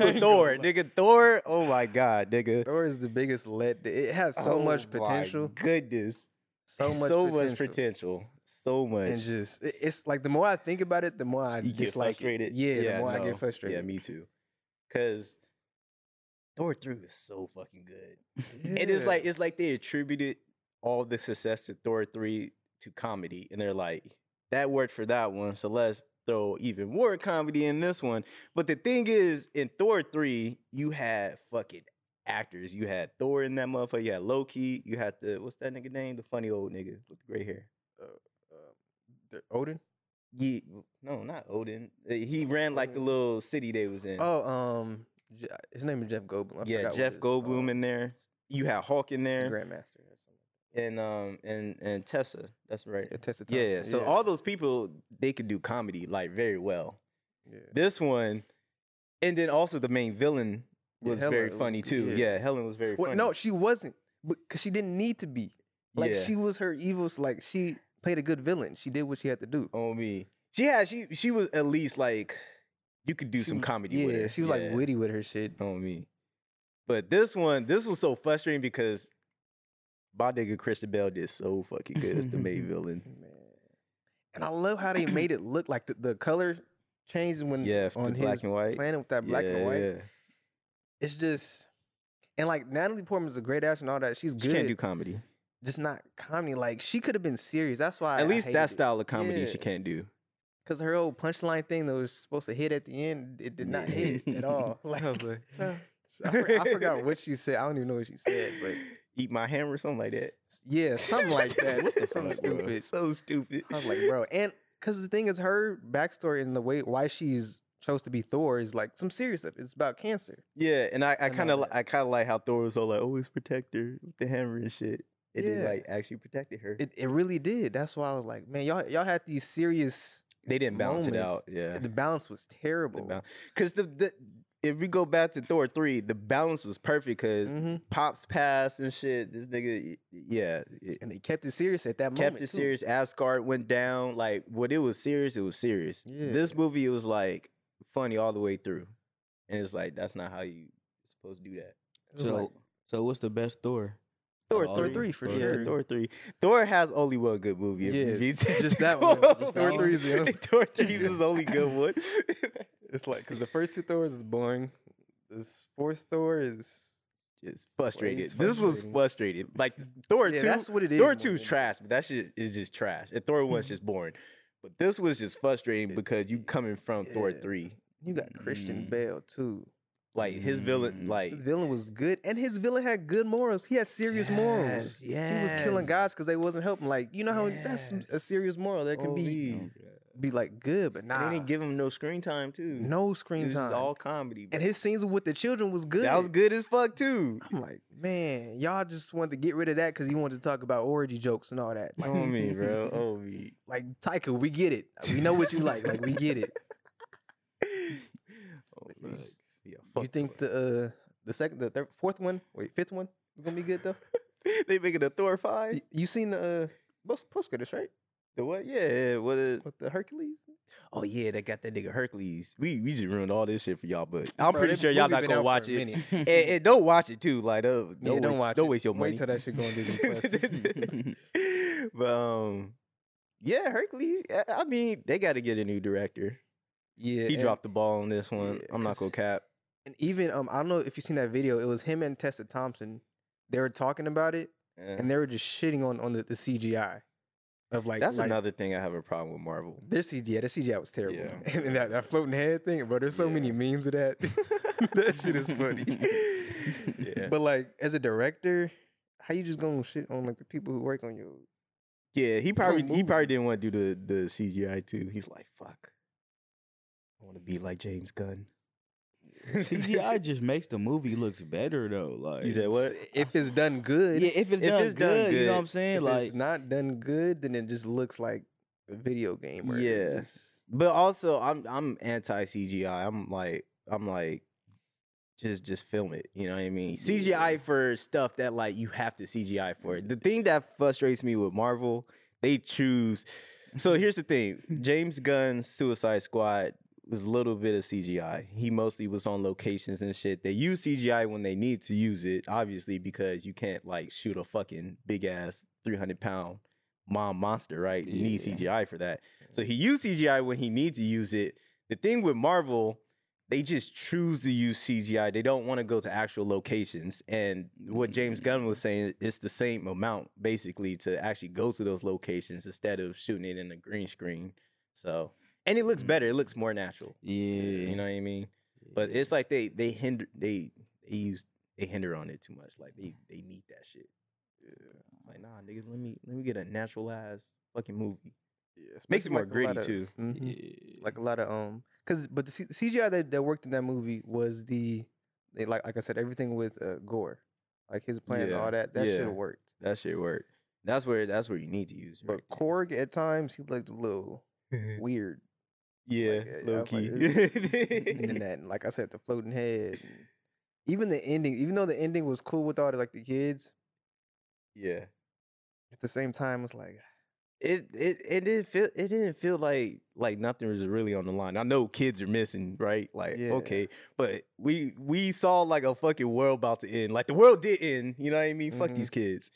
Speaker 1: I ain't
Speaker 2: with
Speaker 1: gonna
Speaker 2: Thor,
Speaker 1: lie.
Speaker 2: nigga. Thor, oh my god, nigga.
Speaker 1: Thor is the biggest let. It has so
Speaker 2: Oh
Speaker 1: much
Speaker 2: my
Speaker 1: potential.
Speaker 2: goodness,
Speaker 1: So much.
Speaker 2: so
Speaker 1: potential.
Speaker 2: much potential, so much.
Speaker 1: And just it- it's like the more I think about it, the more I
Speaker 2: you get
Speaker 1: dislike it.
Speaker 2: frustrated.
Speaker 1: Yeah, the more I
Speaker 2: no.
Speaker 1: get frustrated.
Speaker 2: Yeah, me too. Cause Thor three is so fucking good. It is like it's like they attributed all the success to Thor three to comedy, and they're like that worked for that one, so let's throw even more comedy in this one. But the thing is, in Thor three, you had fucking actors. You had Thor in that motherfucker. You had Loki. You had the what's that nigga name? The funny old nigga with the gray hair.
Speaker 1: Uh, the- Odin.
Speaker 2: Yeah, no, not Odin. Uh, He ran like the little city they was in.
Speaker 1: Oh, um, Je- his name is Jeff Goldblum. I
Speaker 2: yeah,
Speaker 1: forgot what
Speaker 2: Jeff
Speaker 1: his,
Speaker 2: Goldblum
Speaker 1: um,
Speaker 2: in there. You had Hawk in there,
Speaker 1: Grandmaster. or something.
Speaker 2: and um, and and Tessa. That's right.
Speaker 1: Yeah, Tessa
Speaker 2: Yeah, yeah.
Speaker 1: Thompson,
Speaker 2: So all those people they could do comedy like very well.
Speaker 1: yeah.
Speaker 2: This one, and then also the main villain
Speaker 1: Yeah,
Speaker 2: was
Speaker 1: Helen
Speaker 2: very
Speaker 1: was
Speaker 2: funny
Speaker 1: good,
Speaker 2: too.
Speaker 1: yeah.
Speaker 2: Yeah. Helen was very
Speaker 1: Well,
Speaker 2: funny.
Speaker 1: no, she wasn't, because she didn't need to be. Like
Speaker 2: Yeah.
Speaker 1: she was her evil. s- Like she played a good villain. She did what she had to do.
Speaker 2: on me. She had she she was at least like you could do
Speaker 1: She
Speaker 2: some
Speaker 1: was-
Speaker 2: comedy.
Speaker 1: Yeah,
Speaker 2: with her.
Speaker 1: she was
Speaker 2: Yeah. Um,
Speaker 1: like witty with her shit.
Speaker 2: on me. But this one, this was so frustrating because my nigga Christian Bell did so fucking good as the main villain.
Speaker 1: Man. And I love how they made it look like the, the color changed when
Speaker 2: Yeah, f- the
Speaker 1: on
Speaker 2: black
Speaker 1: his
Speaker 2: and white.
Speaker 1: planet with that black and
Speaker 2: Yeah,
Speaker 1: white.
Speaker 2: yeah.
Speaker 1: It's just. And like Natalie Portman's a great actress and all that. She's
Speaker 2: She
Speaker 1: good,
Speaker 2: can't do comedy.
Speaker 1: just not comedy. Like she could have been serious. That's why
Speaker 2: at least that
Speaker 1: that's
Speaker 2: style of comedy
Speaker 1: Yeah.
Speaker 2: she can't do.
Speaker 1: Because her old punchline thing that was supposed to hit at the end, it did not hit at all. Like, I, for- I forgot what she said. I don't even know what she said, but
Speaker 2: eat my hammer, something like that.
Speaker 1: yeah, something like that. What the something
Speaker 3: fuck, bro?
Speaker 1: stupid.
Speaker 2: So stupid.
Speaker 1: I was like, bro, and because the thing is, her backstory and the way why she's chose to be Thor is like some serious stuff. It's about cancer.
Speaker 2: Yeah, and I, I
Speaker 1: And all
Speaker 2: kind of,
Speaker 1: that.
Speaker 2: I kind of like how Thor was all like, always protect her with the hammer and shit. It did
Speaker 1: Yeah.
Speaker 2: like actually protected her.
Speaker 1: It it really did. That's why I was like, man, y'all y'all had these serious.
Speaker 2: they didn't balance it
Speaker 1: moments-
Speaker 2: out. Yeah,
Speaker 1: The balance was terrible.
Speaker 2: Because the, the if we go back to Thor three, the balance was perfect because
Speaker 1: hmm
Speaker 2: pops passed and shit. This nigga, yeah, it
Speaker 1: And they kept it serious at that moment.
Speaker 2: kept it
Speaker 1: too.
Speaker 2: serious. Asgard went down. Like what it was serious, it was serious. This movie, it was like funny all the way through, and it's like that's not how you supposed to do that.
Speaker 1: It was
Speaker 3: So,
Speaker 1: like
Speaker 3: so what's the best Thor?
Speaker 2: Thor,
Speaker 3: Thor
Speaker 2: Thor
Speaker 3: three,
Speaker 2: three
Speaker 1: for
Speaker 2: yeah,
Speaker 1: sure.
Speaker 2: Thor three. Thor has only one good movie. if
Speaker 1: Yeah,
Speaker 2: you be to-
Speaker 1: just
Speaker 2: to
Speaker 1: that
Speaker 2: go
Speaker 1: one. Just
Speaker 3: that
Speaker 2: over.
Speaker 3: one
Speaker 1: is the only-
Speaker 2: Thor three is his only good one.
Speaker 1: it's like because the first two Thors is boring. This fourth Thor is
Speaker 2: Just frustrated.
Speaker 1: it's
Speaker 2: This was
Speaker 1: frustrating.
Speaker 2: frustrated. Like Thor
Speaker 1: yeah,
Speaker 2: two.
Speaker 1: that's what it is.
Speaker 2: Thor
Speaker 1: more
Speaker 2: two's
Speaker 1: than-
Speaker 2: trash, but that shit is just trash. And Thor one's just boring. But this was just frustrating because you coming from Thor
Speaker 1: Yeah.
Speaker 2: three,
Speaker 1: You got Christian
Speaker 3: Mm.
Speaker 1: Bale too.
Speaker 2: like his villain,
Speaker 3: Mm.
Speaker 2: like
Speaker 1: Mm-hmm. His villain was good, and his villain had good morals. He had serious morals.
Speaker 2: Yes,
Speaker 1: He was killing
Speaker 2: yes.
Speaker 1: guys because they wasn't helping. Like you know how that's
Speaker 2: Yes.
Speaker 1: a serious moral that can be
Speaker 2: Holy.
Speaker 1: be like good, but
Speaker 2: And
Speaker 1: nah.
Speaker 2: they didn't give him no screen time too.
Speaker 1: no screen
Speaker 2: This is
Speaker 1: time.
Speaker 2: all comedy.
Speaker 1: and
Speaker 2: bro.
Speaker 1: his scenes with the children was good.
Speaker 2: that was good as fuck too.
Speaker 1: I'm like, man, y'all just wanted to get rid of that because you wanted to talk about orgy jokes and all that. Like,
Speaker 2: Oh me, bro. Oh me.
Speaker 1: like Tyka, we get it. We know what you like. Like, we get it.
Speaker 2: Oh, man. Yeah,
Speaker 1: you
Speaker 2: fuck
Speaker 1: think
Speaker 2: Thor.
Speaker 1: the uh, the second, the third, fourth one, wait, fifth one, is gonna be good though?
Speaker 2: they making a Thor
Speaker 1: Y-
Speaker 2: five?
Speaker 1: You seen the uh, post credits right?
Speaker 2: The what? Yeah, yeah. What? Is,
Speaker 1: With the Hercules.
Speaker 2: oh yeah, they got that nigga Hercules. We we just ruined all this shit for y'all, but I'm
Speaker 1: Bro,
Speaker 2: pretty
Speaker 1: that
Speaker 2: sure y'all
Speaker 1: movie
Speaker 2: not
Speaker 1: been
Speaker 2: gonna
Speaker 1: out for
Speaker 2: watch
Speaker 1: a
Speaker 2: it.
Speaker 1: minute.
Speaker 2: and, and don't watch it too. Like don't don't,
Speaker 1: Yeah, don't
Speaker 2: waste,
Speaker 1: watch
Speaker 2: don't
Speaker 1: it.
Speaker 2: waste your money.
Speaker 1: Wait till that shit go on Disney
Speaker 2: but um, yeah, Hercules. I- I mean, they got to get a new director.
Speaker 1: Yeah,
Speaker 2: He
Speaker 1: and-
Speaker 2: dropped the ball on this one.
Speaker 1: yeah,
Speaker 2: I'm not
Speaker 1: 'cause-
Speaker 2: gonna cap.
Speaker 1: And even um, I don't know if you seen that video. It was him and Tessa Thompson. They were talking about it,
Speaker 2: Eh,
Speaker 1: and they were just shitting on on the, the CGI of like
Speaker 2: That's
Speaker 1: like,
Speaker 2: another thing I have a problem with Marvel.
Speaker 1: Their CGI, their CGI was terrible,
Speaker 2: Yeah.
Speaker 1: and, that, that floating head thing, bro. There's so many
Speaker 2: Yeah.
Speaker 1: memes of that. that shit is funny.
Speaker 2: yeah.
Speaker 1: But like, as a director, how you just gonna shit on like the people who work on your?
Speaker 2: Yeah, he probably he
Speaker 1: movie.
Speaker 2: probably didn't want to do the the CGI too. He's like, fuck. I want to be like James Gunn.
Speaker 3: CGI just makes the movie looks better though. Like
Speaker 2: He said what?
Speaker 1: If it's done good,
Speaker 3: Yeah, if it's
Speaker 2: If
Speaker 3: done
Speaker 2: it's
Speaker 3: good,
Speaker 2: done
Speaker 3: you know
Speaker 2: good,
Speaker 3: what I'm saying?
Speaker 1: if
Speaker 3: like
Speaker 1: it's not done good, then it just looks like a video game. Or
Speaker 2: Yeah. But also, I'm I'm anti CGI. I'm like I'm like just just film it. You know what I mean? CGI for stuff that like you have to CGI for. The thing that frustrates me with Marvel, they choose. So here's the thing: James Gunn's Suicide Squad was a little bit of CGI. He mostly was on locations and shit. They use CGI when they need to use it, obviously, because you can't like shoot a fucking big ass 300 pound mom monster, right? You need
Speaker 3: Yeah.
Speaker 2: CGI for that. So he used CGI when he needs to use it. The thing with Marvel, they just choose to use CGI. They don't want to go to actual locations. And what James Gunn was saying, it's the same amount basically to actually go to those locations instead of shooting it in a green screen. So, and it looks better. It looks more natural.
Speaker 3: yeah,
Speaker 2: You know what I mean? But it's like they they hinder they they use they hinder on it too much. Like they they need that shit. Like nah, nigga, let me let me get a naturalized fucking movie. Makes it more gritty too.
Speaker 1: hmm
Speaker 3: Yeah.
Speaker 1: like a lot of um because but the, C- cgi that, that worked in that movie was the they, like like i said everything with uh, gore like his plan and
Speaker 2: Yeah,
Speaker 1: all that that
Speaker 2: yeah.
Speaker 1: should have worked
Speaker 2: That shit worked. That's where that's where you need to use.
Speaker 1: but korg at times he looked a little weird
Speaker 2: yeah,
Speaker 1: like, I- I
Speaker 2: low
Speaker 1: was like,
Speaker 2: key.
Speaker 1: in that and like i said the floating head and even the ending even though the ending was cool with all the like the kids
Speaker 2: yeah.
Speaker 1: at the same time it's like
Speaker 2: It it it didn't feel it didn't feel like like nothing was really on the line. I know kids are missing, right? Like
Speaker 1: Yeah.
Speaker 2: okay, but we we saw like a fucking world about to end. Like the world did end. You know what I mean? Fuck
Speaker 1: Mhm.
Speaker 2: these kids.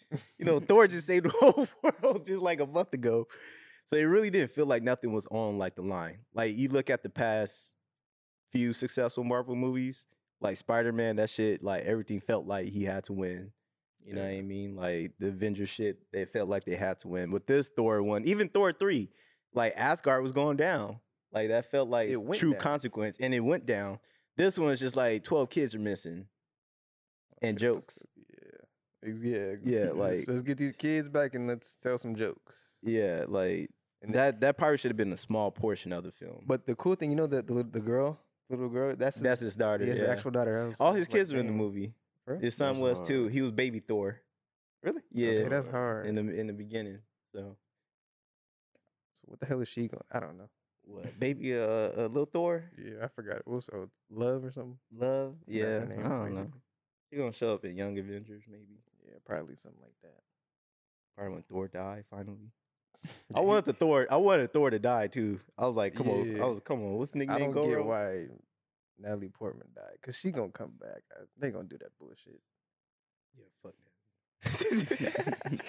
Speaker 2: You know, Thor just saved the whole world just like a month ago. So it really didn't feel like nothing was on like the line. Like you look at the past few successful Marvel movies, like Spider Man, that shit, like everything felt like he had to win. You know what I mean? Like the Avengers shit, they felt like they had to win. With this Thor one, even Thor three, like Asgard was going down. Like that felt like
Speaker 1: It went
Speaker 2: true
Speaker 1: down.
Speaker 2: consequence, and it went down. This one's just like twelve kids are missing, and
Speaker 1: "Okay, let's
Speaker 2: jokes.
Speaker 1: go- yeah Ex- yeah ex-
Speaker 2: Yeah,
Speaker 1: let's-
Speaker 2: like-
Speaker 1: let's get these kids back and let's tell some jokes
Speaker 2: Yeah, like
Speaker 1: And
Speaker 2: that. That probably should have been a small portion of the film.
Speaker 1: but the cool thing you know that the, lit- the girl little girl that's his,
Speaker 2: that's his daughter.
Speaker 1: Yeah, his
Speaker 2: yeah.
Speaker 1: actual daughter. I was-
Speaker 2: All
Speaker 1: I was
Speaker 2: his
Speaker 1: like,
Speaker 2: kids were in the
Speaker 1: "Damn."
Speaker 2: movie.
Speaker 1: Really?
Speaker 2: His son
Speaker 6: That's
Speaker 2: was too.
Speaker 6: hard.
Speaker 2: He was baby Thor
Speaker 1: Really?
Speaker 2: Yeah.
Speaker 1: Okay, that's hard.
Speaker 2: in the in the beginning. So
Speaker 1: so what the hell is she going? I don't know.
Speaker 2: what baby uh, uh Lil Thor
Speaker 1: Yeah, I forgot. What's uh, love or something?
Speaker 2: Love.
Speaker 1: That's
Speaker 2: Yeah,
Speaker 1: her
Speaker 2: I
Speaker 1: name,
Speaker 2: don't know.
Speaker 1: basically.
Speaker 2: She gonna show up in Young Avengers maybe.
Speaker 1: Yeah, probably something like that.
Speaker 2: Probably when Thor die finally. I want the Thor. I wanted Thor to die too. I was like, come on.
Speaker 1: Yeah.
Speaker 2: I was come on. What's
Speaker 1: I
Speaker 2: nickname
Speaker 1: don't
Speaker 2: go
Speaker 1: get
Speaker 2: wrong?
Speaker 1: why Natalie Portman died because she gonna come back. I, they gonna do that bullshit.
Speaker 2: Yeah, fuck that.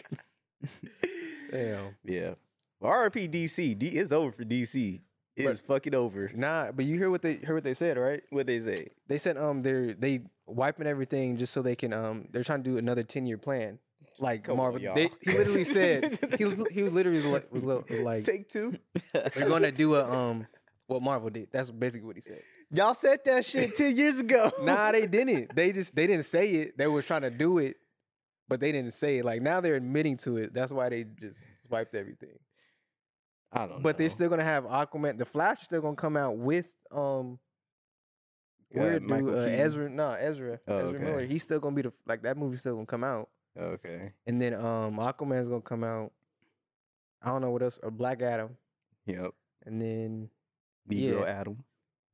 Speaker 1: Damn.
Speaker 2: yeah. Well, RP DC. D it's over for DC. It
Speaker 1: But-
Speaker 2: is fucking over.
Speaker 1: Nah, but you hear what they heard what they said, right?
Speaker 2: What they say?
Speaker 1: They said um they're they wiping everything just so they can um they're trying to do another ten year plan. Like
Speaker 2: Come on,
Speaker 1: Marvel,
Speaker 2: y'all.
Speaker 1: they, he literally said he li- he was literally li- was li- was like
Speaker 2: Take two.
Speaker 1: we're gonna do a um what Marvel did. That's basically what he said.
Speaker 2: Y'all said that shit ten years ago.
Speaker 1: Nah, they didn't. They just they didn't say it. They were trying to do it, but they didn't say it. Like now they're admitting to it. That's why they just wiped everything.
Speaker 2: I don't.
Speaker 1: But they're
Speaker 2: know.
Speaker 1: still gonna have Aquaman. The Flash is still gonna come out with um
Speaker 2: Uh,
Speaker 1: weird dude
Speaker 2: Michael
Speaker 1: uh,
Speaker 2: Keaton?
Speaker 1: Ezra. Nah, Ezra.
Speaker 2: Oh,
Speaker 1: Ezra
Speaker 2: okay.
Speaker 1: Miller. He's still gonna be the like that movie's still gonna come out.
Speaker 2: Okay.
Speaker 1: And then um Aquaman's gonna come out. I don't know what else. Or Black Adam.
Speaker 2: Yep.
Speaker 1: And then
Speaker 2: Negro
Speaker 1: Yeah.
Speaker 2: Adam.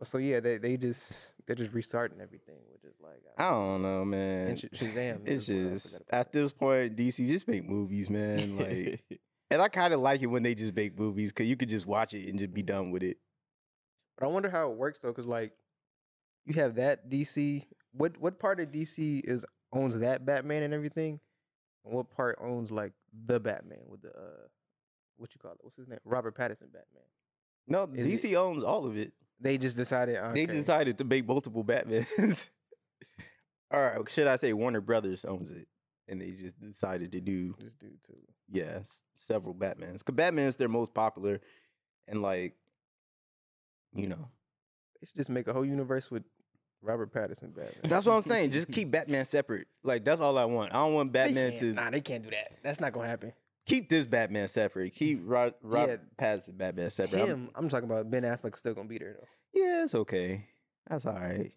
Speaker 1: so yeah, they they just they're just restarting everything, which is like
Speaker 2: I don't know, man.
Speaker 1: and Sh- Shazam. is
Speaker 2: It's
Speaker 1: what I
Speaker 2: just
Speaker 1: forgot about.
Speaker 2: at this point, DC just make movies, man. Like, and I kind of like it when they just make movies because you could just watch it and just be done with it.
Speaker 1: But I wonder how it works though, because like you have that DC. What what part of DC is owns that Batman and everything, and what part owns like the Batman with the uh, what you call it? What's his name? Robert Pattinson Batman.
Speaker 2: No,
Speaker 1: Is
Speaker 2: DC owns all of it.
Speaker 1: They just decided.
Speaker 2: They decided to make multiple Batmans. all right, should I say Warner Brothers owns it? And they just decided to do
Speaker 1: this dude too.
Speaker 2: yes, several Batmans. Cause Batman's their most popular, and like, you know,
Speaker 1: They should just make a whole universe with Robert Pattinson Batman.
Speaker 2: that's what I'm saying. Just keep Batman separate. Like that's all I want. I don't want
Speaker 1: They
Speaker 2: Batman
Speaker 1: can't-
Speaker 2: to
Speaker 1: Nah, they can't do that. That's not gonna happen.
Speaker 2: keep this Batman separate. Keep Rob, Rob
Speaker 1: Yeah.
Speaker 2: Pattinson Batman separate. I'm-
Speaker 1: Him, I'm talking about Ben Affleck's still gonna be there though.
Speaker 2: yeah, it's okay. That's all right.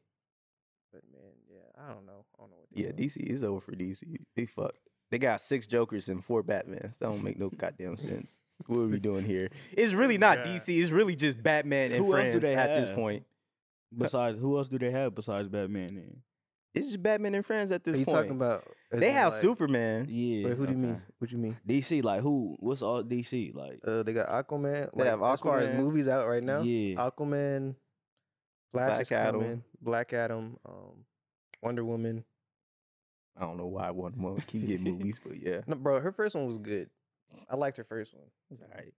Speaker 1: But man, yeah, I don't know. I don't know what. they
Speaker 2: Yeah,
Speaker 1: doing.
Speaker 2: DC is over for DC. They fucked. They got six Jokers and four Batmans. That don't make no goddamn sense. What are we doing here? It's really not
Speaker 1: Yeah.
Speaker 2: DC. It's really just Batman and
Speaker 3: Who else do
Speaker 2: friends
Speaker 3: they
Speaker 2: at this
Speaker 3: have?
Speaker 2: point.
Speaker 3: besides, who else do they have besides Batman? Then
Speaker 2: It's just Batman and friends at this
Speaker 1: Are you
Speaker 2: point.
Speaker 1: talking about? as
Speaker 2: they
Speaker 1: in,
Speaker 2: have
Speaker 1: like-
Speaker 2: Superman.
Speaker 3: yeah,
Speaker 1: Wait, who do you
Speaker 3: okay.
Speaker 1: mean? What do you mean?
Speaker 3: DC, like who? What's all DC like?
Speaker 1: Uh, they got Aquaman. They
Speaker 2: have
Speaker 1: have As far
Speaker 2: Aquaman.
Speaker 1: as movies out right now,
Speaker 3: Yeah.
Speaker 1: Aquaman, Flash
Speaker 2: Black
Speaker 1: is
Speaker 2: Adam.
Speaker 1: coming, Black Adam, um, Wonder Woman.
Speaker 2: I don't know why I want to keep getting movies, but yeah,
Speaker 1: No, bro, her first one was good. I liked her first one.
Speaker 2: it's all right.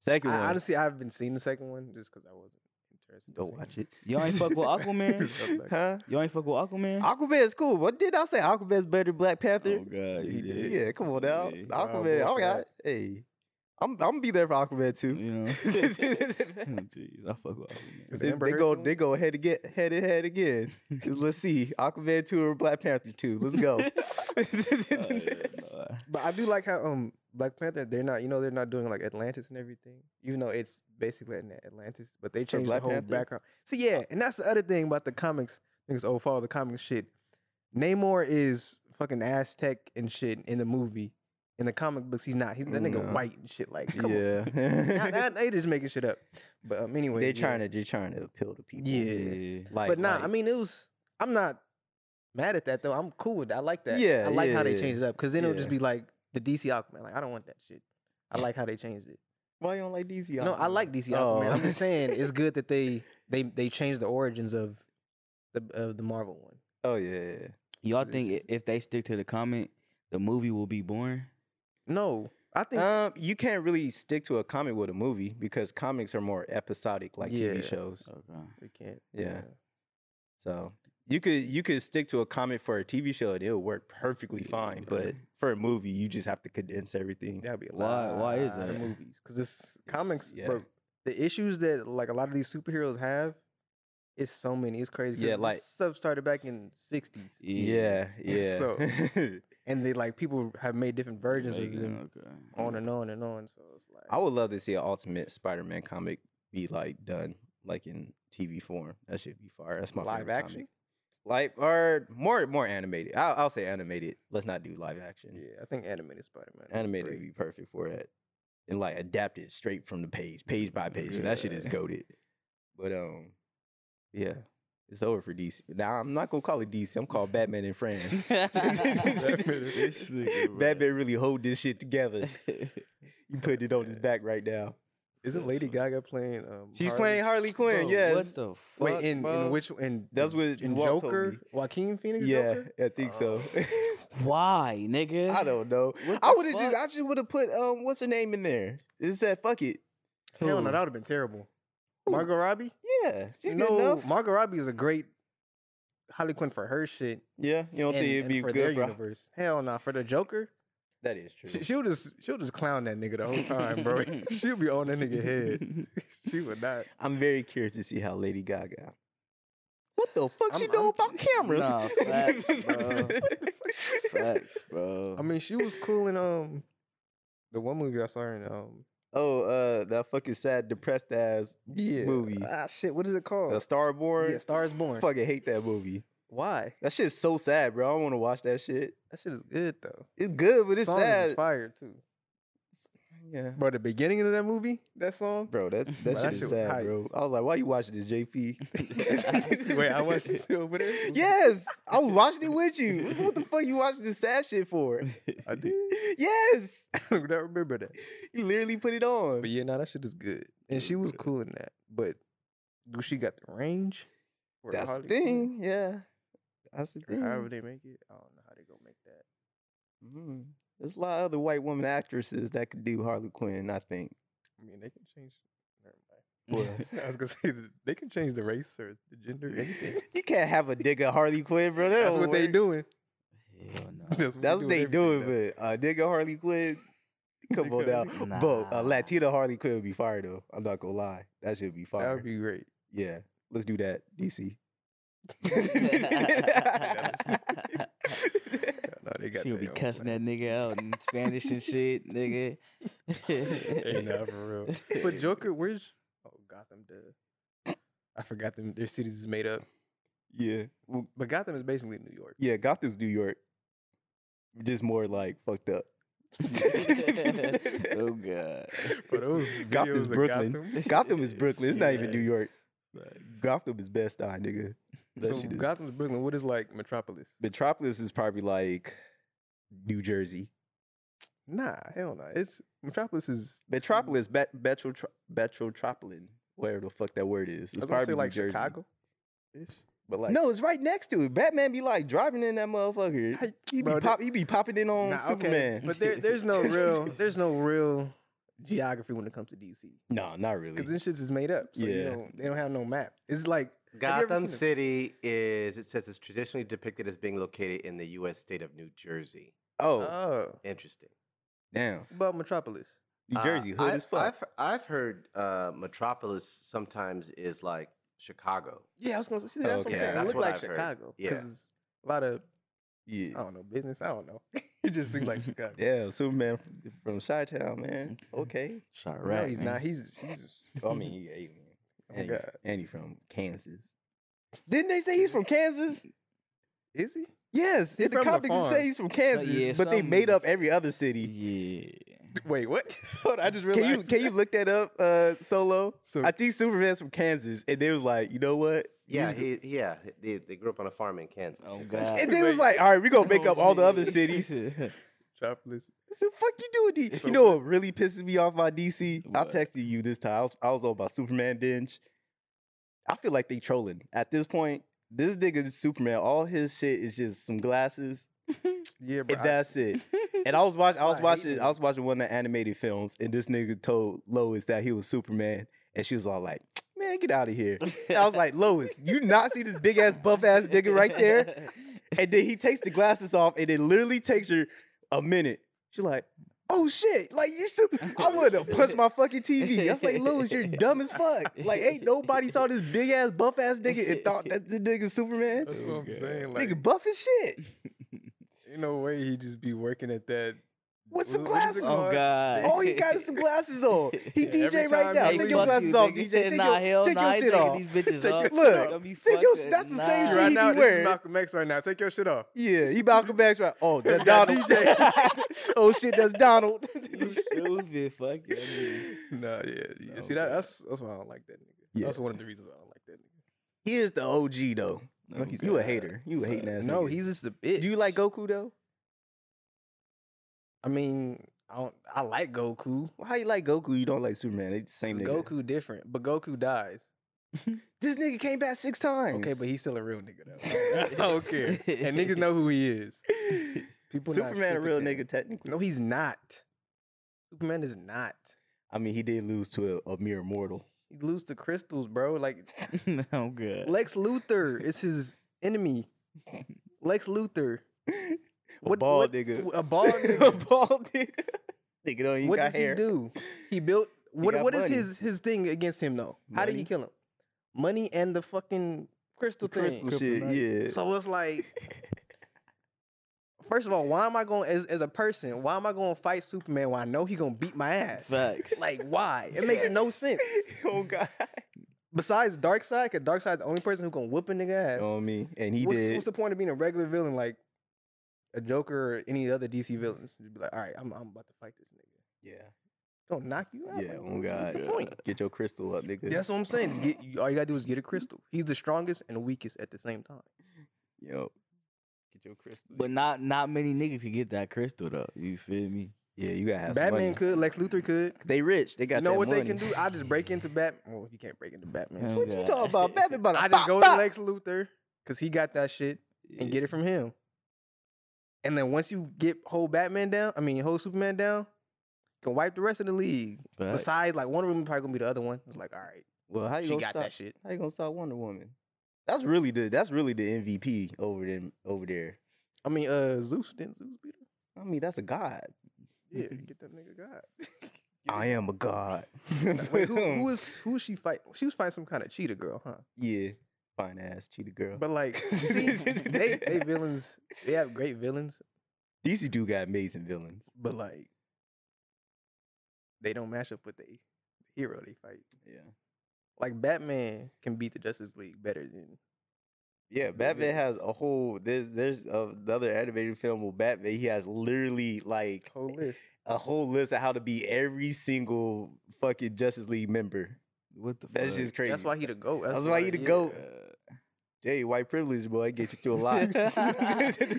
Speaker 2: Second one,
Speaker 1: I, honestly, I haven't seen the second one just because I wasn't interested.
Speaker 2: don't watch it.
Speaker 3: Y'all ain't fuck with Aquaman.
Speaker 1: Aquaman.
Speaker 2: huh?
Speaker 3: Y'all ain't fuck with Aquaman.
Speaker 2: Aquaman's cool. What did I say? Aquaman's better than Black Panther.
Speaker 3: Oh God,
Speaker 1: He
Speaker 3: you
Speaker 1: did.
Speaker 3: did.
Speaker 2: Yeah, come on now.
Speaker 3: Yeah.
Speaker 1: Nah,
Speaker 2: Aquaman.
Speaker 1: boy,
Speaker 2: I got
Speaker 1: fuck.
Speaker 2: hey. I'm I'm gonna be there for Aquaman too.
Speaker 3: You know. Jeez, I fuck with
Speaker 1: Is
Speaker 3: Aquaman.
Speaker 1: it
Speaker 2: They,
Speaker 1: Hmm, Amber
Speaker 2: they
Speaker 1: Heard's
Speaker 2: go
Speaker 1: doing
Speaker 2: they
Speaker 1: it?
Speaker 2: go head to get head to head again. 'Cause Let's see. Aquaman 2 or Black Panther 2. Let's go.
Speaker 3: Oh, yeah, nah.
Speaker 1: But I do like how um Black Panther they're not you know they're not doing like Atlantis and everything even though it's basically in Atlantis but they changed the
Speaker 2: Black
Speaker 1: whole
Speaker 2: Panther?
Speaker 1: background. So yeah, and that's the other thing about the comics. Niggas oh follow the comic shit. Namor is fucking Aztec and shit in the movie. In the comic books, he's not. He's that nigga
Speaker 2: Nah.
Speaker 1: white and shit. Like, come
Speaker 2: yeah.
Speaker 1: on. Nah, nah, they just making shit up. But um, anyway,
Speaker 2: they're trying to they're trying to appeal to people.
Speaker 1: Yeah.
Speaker 3: Yeah.
Speaker 2: Like,
Speaker 1: But nah, I
Speaker 2: like-
Speaker 1: mean, it was. I'm not mad at that though. I'm cool with. That. I like that.
Speaker 2: Yeah,
Speaker 1: I like how
Speaker 2: yeah,
Speaker 1: they changed it up because then it'll
Speaker 2: yeah.
Speaker 1: just be like the DC Aquaman. Like I don't want that shit. I like how they changed it.
Speaker 2: why you don't like DC?
Speaker 1: No, I
Speaker 2: Aquaman?
Speaker 1: like DC
Speaker 2: Oh.
Speaker 1: Aquaman. I'm just saying it's good that they they they changed the origins of the of the Marvel one.
Speaker 2: Oh yeah, yeah. yeah.
Speaker 3: Y'all
Speaker 1: This
Speaker 3: think
Speaker 1: is-
Speaker 3: i- if they stick to the comment, the movie will be boring?
Speaker 1: No, I think
Speaker 2: Um, you can't really stick to a comic with a movie because comics are more episodic, like
Speaker 1: Yeah.
Speaker 2: TV shows.
Speaker 3: Okay.
Speaker 1: they can't.
Speaker 2: yeah. So you could you could stick to a comic for a TV show and it'll work perfectly fine, but for a movie you just have to condense everything.
Speaker 1: That'd be a
Speaker 3: Why- why is
Speaker 1: lot of
Speaker 3: that?
Speaker 1: Movies because it's comics.
Speaker 2: yeah.
Speaker 1: Bro, the issues that like a lot of these superheroes have. It's so many. It's crazy. 'cause
Speaker 2: Yeah,
Speaker 1: this
Speaker 2: like-
Speaker 1: stuff started back in '60s.
Speaker 2: Yeah, yeah.
Speaker 1: So- and they like people have made different versions of
Speaker 3: Like,
Speaker 1: them
Speaker 3: Okay.
Speaker 1: on and on and on. So it's like
Speaker 2: I would love to see an Ultimate Spider-Man comic be like done like in TV form. That should be fire. That's my
Speaker 1: Live
Speaker 2: favorite
Speaker 1: action?
Speaker 2: comic. Like or more more animated. I'll, I'll say animated. Let's not do live action.
Speaker 1: yeah, I think animated Spider Man.
Speaker 2: animated would be perfect for that. and like adapted straight from the page, page by page. So that shit is
Speaker 1: Yeah.
Speaker 2: goaded. But um, yeah, it's over for DC. Now I'm not gonna call it DC. I'm called Batman and Friends.
Speaker 3: This nigga, bruh.
Speaker 2: Batman really hold this shit together. You put it on his back right now.
Speaker 1: Isn't Lady Gaga playing? Um,
Speaker 2: She's
Speaker 1: Harley?
Speaker 2: playing Harley Quinn.
Speaker 3: Bro,
Speaker 2: yes.
Speaker 3: What the fuck?
Speaker 1: Wait, in,
Speaker 3: bro?
Speaker 1: in which in
Speaker 2: That's
Speaker 1: in-
Speaker 2: what
Speaker 1: in
Speaker 2: Walt told
Speaker 1: Joker?
Speaker 2: me.
Speaker 1: Joaquin Phoenix?
Speaker 2: yeah,
Speaker 1: Joker?
Speaker 2: I think so.
Speaker 3: Why, nigga?
Speaker 2: I don't know.
Speaker 3: Oh, What
Speaker 2: I
Speaker 3: the
Speaker 2: would have just,
Speaker 3: fuck?
Speaker 2: I just would have put, um, what's her name in there? It said, fuck it.
Speaker 1: Hell no,
Speaker 3: Who?
Speaker 1: that would have been terrible.
Speaker 2: Who?
Speaker 1: Margot Robbie?
Speaker 2: Yeah, she's good
Speaker 1: no,
Speaker 2: enough.
Speaker 1: Margot Robbie is a great Harley Quinn for her shit.
Speaker 2: yeah, you don't
Speaker 1: and-
Speaker 2: think it'd
Speaker 1: and
Speaker 2: be
Speaker 1: for
Speaker 2: good
Speaker 1: their
Speaker 2: for?
Speaker 1: universe? Hell no, for the Joker,
Speaker 2: That is true.
Speaker 1: she, she'll just she'll just clown that nigga the whole time, bro. she'll be on that nigga head. she would not.
Speaker 2: I'm very curious to see how Lady Gaga. What the fuck she
Speaker 1: I'm-
Speaker 2: know
Speaker 1: I'm
Speaker 2: about cameras?
Speaker 3: Nah, facts, bro. Facts, bro.
Speaker 1: Uh, I mean, she was cool in um the one movie I saw her in um
Speaker 2: Oh, uh, that fucking sad, depressed ass,
Speaker 1: yeah
Speaker 2: Movie.
Speaker 1: ah shit what is it called
Speaker 2: uh, Starborn.
Speaker 1: yeah, Star is Born
Speaker 2: Fucking hate that movie.
Speaker 1: why
Speaker 2: That shit's so sad, bro. I don't want to watch that shit.
Speaker 1: that shit is good though
Speaker 2: It's good, but it's
Speaker 1: song is
Speaker 2: sad.
Speaker 1: inspired too
Speaker 2: Yeah.
Speaker 1: bro the beginning of that movie that song
Speaker 2: Bro, that's that
Speaker 1: Bro,
Speaker 2: shit
Speaker 1: that
Speaker 2: is
Speaker 1: shit was
Speaker 2: sad,
Speaker 1: hype.
Speaker 2: bro. I was like, why you watching this, JP?
Speaker 1: wait I watched it too over there
Speaker 2: Yes, I was watching it with you. What- What the fuck you watching this sad shit for?
Speaker 1: I did
Speaker 2: Yes,
Speaker 1: I don't remember that
Speaker 2: you literally put it on.
Speaker 1: but yeah nah that shit is good and she was cool in that but do she got the range for
Speaker 2: That's the
Speaker 1: Harley Quinn?
Speaker 2: thing. Mm. Yeah, that's the
Speaker 1: Or however
Speaker 2: thing.
Speaker 1: they make it I don't know how they gonna make that
Speaker 2: Mhm. There's a lot of other white woman actresses that could do Harley Quinn. I think.
Speaker 1: I mean they can change never mind. I was gonna say that they can change the race or the gender, anything.
Speaker 2: You can't have a nigga Harley Quinn, bro. That
Speaker 1: That's
Speaker 2: don't
Speaker 1: what they
Speaker 2: work.
Speaker 1: doing.
Speaker 3: Hell no.
Speaker 1: That's what,
Speaker 2: That's what they doing,
Speaker 1: with everything
Speaker 2: but a nigga Harley Quinn. Come on now,
Speaker 1: Nigga
Speaker 2: but a
Speaker 3: Nah.
Speaker 2: Latina Harley Quinn would be fire though. I'm not gonna lie, that should be
Speaker 1: now. That
Speaker 2: fire.
Speaker 1: would be great.
Speaker 2: yeah, let's do that, DC.
Speaker 1: No, they got
Speaker 3: She'll
Speaker 1: their
Speaker 3: be
Speaker 1: own
Speaker 3: cussing
Speaker 1: plan.
Speaker 3: that nigga out in Spanish and shit, nigga.
Speaker 1: Hey, nah, for real. But Joker, where's oh Gotham? Duh, I forgot them. Their cities is made up,
Speaker 2: yeah, well,
Speaker 1: but Gotham is basically New York.
Speaker 2: yeah, Gotham's New York, just more like fucked up.
Speaker 3: oh god.
Speaker 1: But those
Speaker 2: Gotham's
Speaker 1: videos of
Speaker 2: Brooklyn.
Speaker 1: Gotham,
Speaker 2: Gotham is Brooklyn. It's not even
Speaker 3: Yeah.
Speaker 2: New York. Gotham is Best Eye, nigga. That
Speaker 1: so
Speaker 2: shit is-
Speaker 1: Gotham's Brooklyn. What is like Metropolis?
Speaker 2: Metropolis is probably like New Jersey.
Speaker 1: Nah, hell no. It's Metropolis is
Speaker 2: Metropolis, bet Betro, Metropolitan, whatever the fuck that word is.
Speaker 1: I
Speaker 2: It's
Speaker 1: was gonna
Speaker 2: probably
Speaker 1: say like
Speaker 2: New Jersey.
Speaker 1: Chicago. But like
Speaker 2: no, it's right next to it. Batman be like driving in that motherfucker.
Speaker 1: Hey,
Speaker 2: He be,
Speaker 1: bro,
Speaker 2: pop, he be popping in on
Speaker 1: Nah,
Speaker 2: um, Superman.
Speaker 1: Okay. But there, there's no real, there's no real geography when it comes to DC
Speaker 2: no, not really.
Speaker 1: because this shit's is made up. So you
Speaker 2: Yeah.
Speaker 1: don't, they don't have no map. It's like Have you ever
Speaker 6: Gotham
Speaker 1: seen a-
Speaker 6: City is, it says it's traditionally depicted as being located in the U.S. state of New Jersey.
Speaker 2: oh,
Speaker 1: oh,
Speaker 6: Interesting.
Speaker 2: damn.
Speaker 1: about Metropolis.
Speaker 2: New
Speaker 6: Uh,
Speaker 2: Jersey, hood
Speaker 6: I've,
Speaker 2: as fuck.
Speaker 6: I've, I've heard uh, Metropolis sometimes is like Chicago.
Speaker 1: Yeah, I was gonna say that's
Speaker 2: Okay,
Speaker 1: okay. What I'm saying.
Speaker 2: that's
Speaker 1: it
Speaker 6: what
Speaker 1: looked like
Speaker 6: I've heard.
Speaker 1: Chicago.
Speaker 6: Yeah.
Speaker 1: because a lot of
Speaker 2: yeah.
Speaker 1: I don't know business. I don't know. it just seems like Chicago.
Speaker 2: Yeah, Superman f- from Chi Town, man.
Speaker 1: Mm-hmm.
Speaker 2: Okay.
Speaker 3: Shot
Speaker 1: No,
Speaker 3: right.
Speaker 1: he's not. He's Jesus.
Speaker 2: I mean, he alien.
Speaker 1: Oh,
Speaker 2: And, he-
Speaker 1: God.
Speaker 2: and he from Kansas. Didn't they say he's from Kansas?
Speaker 1: Is he?
Speaker 2: Yes.
Speaker 1: He
Speaker 2: if the
Speaker 1: from the
Speaker 2: comics
Speaker 1: farm.
Speaker 2: say he's from Kansas,
Speaker 3: yeah,
Speaker 2: but they
Speaker 3: some-
Speaker 2: made up every other city.
Speaker 3: Yeah.
Speaker 1: Wait, what? Hold on, I just
Speaker 2: Can
Speaker 1: realized.
Speaker 2: you can you look that up, uh, Solo?
Speaker 1: So
Speaker 2: I think Superman's from Kansas, and they was like, you know what?
Speaker 6: Yeah, he, yeah. They, they grew up on a farm in Kansas.
Speaker 3: Oh god.
Speaker 2: And they was like, all right, we gonna make
Speaker 3: Oh,
Speaker 2: up all the other cities.
Speaker 1: Metropolis?
Speaker 2: I said, fuck you doing D-
Speaker 1: So
Speaker 2: You know what really pisses me off about DC? I
Speaker 3: What?
Speaker 2: texted you this time. I was, I was on my Superman binge. I feel like they trolling. At this point, this nigga Superman, all his shit is just some glasses,
Speaker 1: Yeah, bro.
Speaker 2: and
Speaker 1: I-
Speaker 2: that's it. And I was watching, I
Speaker 1: why
Speaker 2: was
Speaker 1: I hate
Speaker 2: watching, I
Speaker 1: them.
Speaker 2: was watching one of the animated films, and this nigga told Lois that he was Superman, and she was all like, "Man, get out of here." And I was like, Lois, you not see this big ass buff ass nigga right there? And then he takes the glasses off, and it literally takes her a minute. She's like, "Oh shit! Like you're super." I would have punched my fucking TV. I was like, "Louis, you're dumb as fuck. Like ain't nobody saw this big ass buff ass nigga and thought that the nigga Superman.
Speaker 1: That's what I'm saying. Like,
Speaker 2: nigga buff as shit.
Speaker 1: ain't no way he just be working at that
Speaker 2: with some
Speaker 1: Wh- what is it
Speaker 2: glasses.
Speaker 1: called?
Speaker 3: Oh God.
Speaker 2: Oh, he got some glasses on. He
Speaker 1: Yeah, every
Speaker 2: DJ right
Speaker 1: time
Speaker 2: now.
Speaker 1: he-
Speaker 2: Take
Speaker 1: Hey,
Speaker 2: your
Speaker 1: fuck
Speaker 2: glasses
Speaker 3: you,
Speaker 2: off,
Speaker 3: nigga.
Speaker 2: DJ.
Speaker 3: Nah,
Speaker 2: Take your,
Speaker 3: hell
Speaker 2: take
Speaker 3: nah,
Speaker 2: your
Speaker 3: he
Speaker 2: shit
Speaker 3: taking
Speaker 2: off.
Speaker 3: These bitches
Speaker 2: Take
Speaker 3: off.
Speaker 2: your- look,
Speaker 3: Gonna be
Speaker 2: take your-
Speaker 3: fucking
Speaker 2: that's the same
Speaker 3: nah.
Speaker 2: shit
Speaker 1: Right
Speaker 2: he
Speaker 1: now,
Speaker 2: be
Speaker 1: this is
Speaker 2: wearing.
Speaker 1: Malcolm X right now. Take your shit off.
Speaker 2: Yeah, he Malcolm X right. Oh, that's
Speaker 1: Nah,
Speaker 2: Donald.
Speaker 1: DJ.
Speaker 2: oh shit, that's Donald.
Speaker 3: You stupid. Fuck that nigga.
Speaker 1: Nah, yeah. yeah.
Speaker 3: Oh,
Speaker 1: See, that,
Speaker 3: God.
Speaker 1: that's that's why I don't like that nigga.
Speaker 2: Yeah.
Speaker 1: That's one of the reasons why I don't like that nigga.
Speaker 2: he is the OG though.
Speaker 1: No, he's
Speaker 2: you a
Speaker 1: not.
Speaker 2: hater. You a hating ass.
Speaker 1: no,
Speaker 2: nigga.
Speaker 1: he's just a bitch.
Speaker 2: Do you like Goku though?
Speaker 1: I mean, I don't. I like Goku.
Speaker 2: Why you like Goku? You don't like Superman? They the same
Speaker 1: Same
Speaker 2: nigga.
Speaker 1: Goku different, but Goku dies.
Speaker 2: This nigga came back six times.
Speaker 1: Okay, but he's still a real nigga though. I don't care. And niggas know who he is. People not
Speaker 2: Superman a
Speaker 1: stupid
Speaker 2: real
Speaker 1: to him.
Speaker 2: nigga technically.
Speaker 1: No, he's not. Superman is not.
Speaker 2: I mean, he did lose to a, a mere mortal.
Speaker 1: He lose the crystals, bro. Like
Speaker 3: oh God.
Speaker 1: Lex Luthor is his enemy. Lex Luthor.
Speaker 2: A
Speaker 1: What-
Speaker 2: bald
Speaker 1: what-
Speaker 2: nigga.
Speaker 1: A bald
Speaker 2: a
Speaker 1: nigga.
Speaker 2: bald nigga. Nigga don't even
Speaker 1: what
Speaker 2: got
Speaker 1: does
Speaker 2: hair.
Speaker 1: he do? He built what
Speaker 2: got
Speaker 1: what is
Speaker 2: money.
Speaker 1: his his thing against him though? How did he
Speaker 2: Money.
Speaker 1: kill him? Money and the fucking crystal thing.
Speaker 2: Crystal shit. Yeah.
Speaker 1: So it's like First of all, why am I going as, as a person? Why am I going to fight Superman when I know he going to beat my ass?
Speaker 3: Facts.
Speaker 1: Like why? It makes no sense.
Speaker 2: oh god.
Speaker 1: Besides Darkseid, cause Darkseid's the only person who can whoop a nigga ass.
Speaker 2: You know what I mean? And Oh, he
Speaker 1: what's,
Speaker 2: did.
Speaker 1: what's the point of being a regular villain like a Joker or any other DC villains? You'd be like, all right, I'm, I'm about to fight this nigga.
Speaker 2: yeah.
Speaker 1: Don't knock you out.
Speaker 2: Yeah,
Speaker 1: like,
Speaker 2: oh
Speaker 1: What's
Speaker 2: god.
Speaker 1: the point?
Speaker 2: Get your crystal up, nigga.
Speaker 1: That's what I'm saying. Just get, you- all you gotta do is get a crystal. He's the strongest and the weakest at the same time.
Speaker 2: Yo. Get your crystal.
Speaker 3: But not not many niggas could get that crystal though. You feel me?
Speaker 2: yeah, you gotta have some
Speaker 1: Batman
Speaker 2: money.
Speaker 1: could, Lex Luthor could.
Speaker 2: They rich. They got
Speaker 1: you know
Speaker 2: that
Speaker 1: what
Speaker 2: money.
Speaker 1: they can do? I just break into Batman. Well, you can't break into Batman.
Speaker 3: Oh,
Speaker 2: What you
Speaker 3: God.
Speaker 2: talking about? Batman about
Speaker 1: I
Speaker 2: to
Speaker 1: just
Speaker 2: pop,
Speaker 1: go to
Speaker 2: pop.
Speaker 1: Lex Luthor because he got that shit and get it from him. And then once you get whole Batman down, I mean whole Superman down, can wipe the rest of the league.
Speaker 3: Facts.
Speaker 1: Besides, like Wonder Woman probably gonna be the other one. It's like, all right,
Speaker 2: Well, how you
Speaker 1: she
Speaker 2: gonna
Speaker 1: got
Speaker 2: stop?
Speaker 1: that shit.
Speaker 2: How you gonna stop Wonder Woman? That's really the that's really the MVP over them over there.
Speaker 1: I mean, uh, Zeus didn't Zeus beat her.
Speaker 2: I mean, that's a god.
Speaker 1: Yeah, get that nigga God.
Speaker 2: I am a god.
Speaker 1: Wait, who, who is who is she fighting? She was fighting some kind of cheetah girl, huh?
Speaker 2: Yeah, fine ass cheetah girl.
Speaker 1: But like, you see, they they villains. They have great villains,
Speaker 2: DC do got amazing villains.
Speaker 1: but like, they don't match up with the hero they fight.
Speaker 2: Yeah.
Speaker 1: Like Batman can beat the Justice League better than
Speaker 2: Yeah,
Speaker 1: Yeah, villains.
Speaker 2: Batman has a whole there's there's uh, the other animated film with Batman. He has literally like
Speaker 1: whole list.
Speaker 2: a whole list of how to be every single fucking Justice League member.
Speaker 3: What the?
Speaker 2: That's
Speaker 3: fuck?
Speaker 2: just crazy.
Speaker 1: That's why he the goat.
Speaker 2: That's why he the
Speaker 1: yeah.
Speaker 2: goat. Hey, white privilege, boy, I get you through a lot.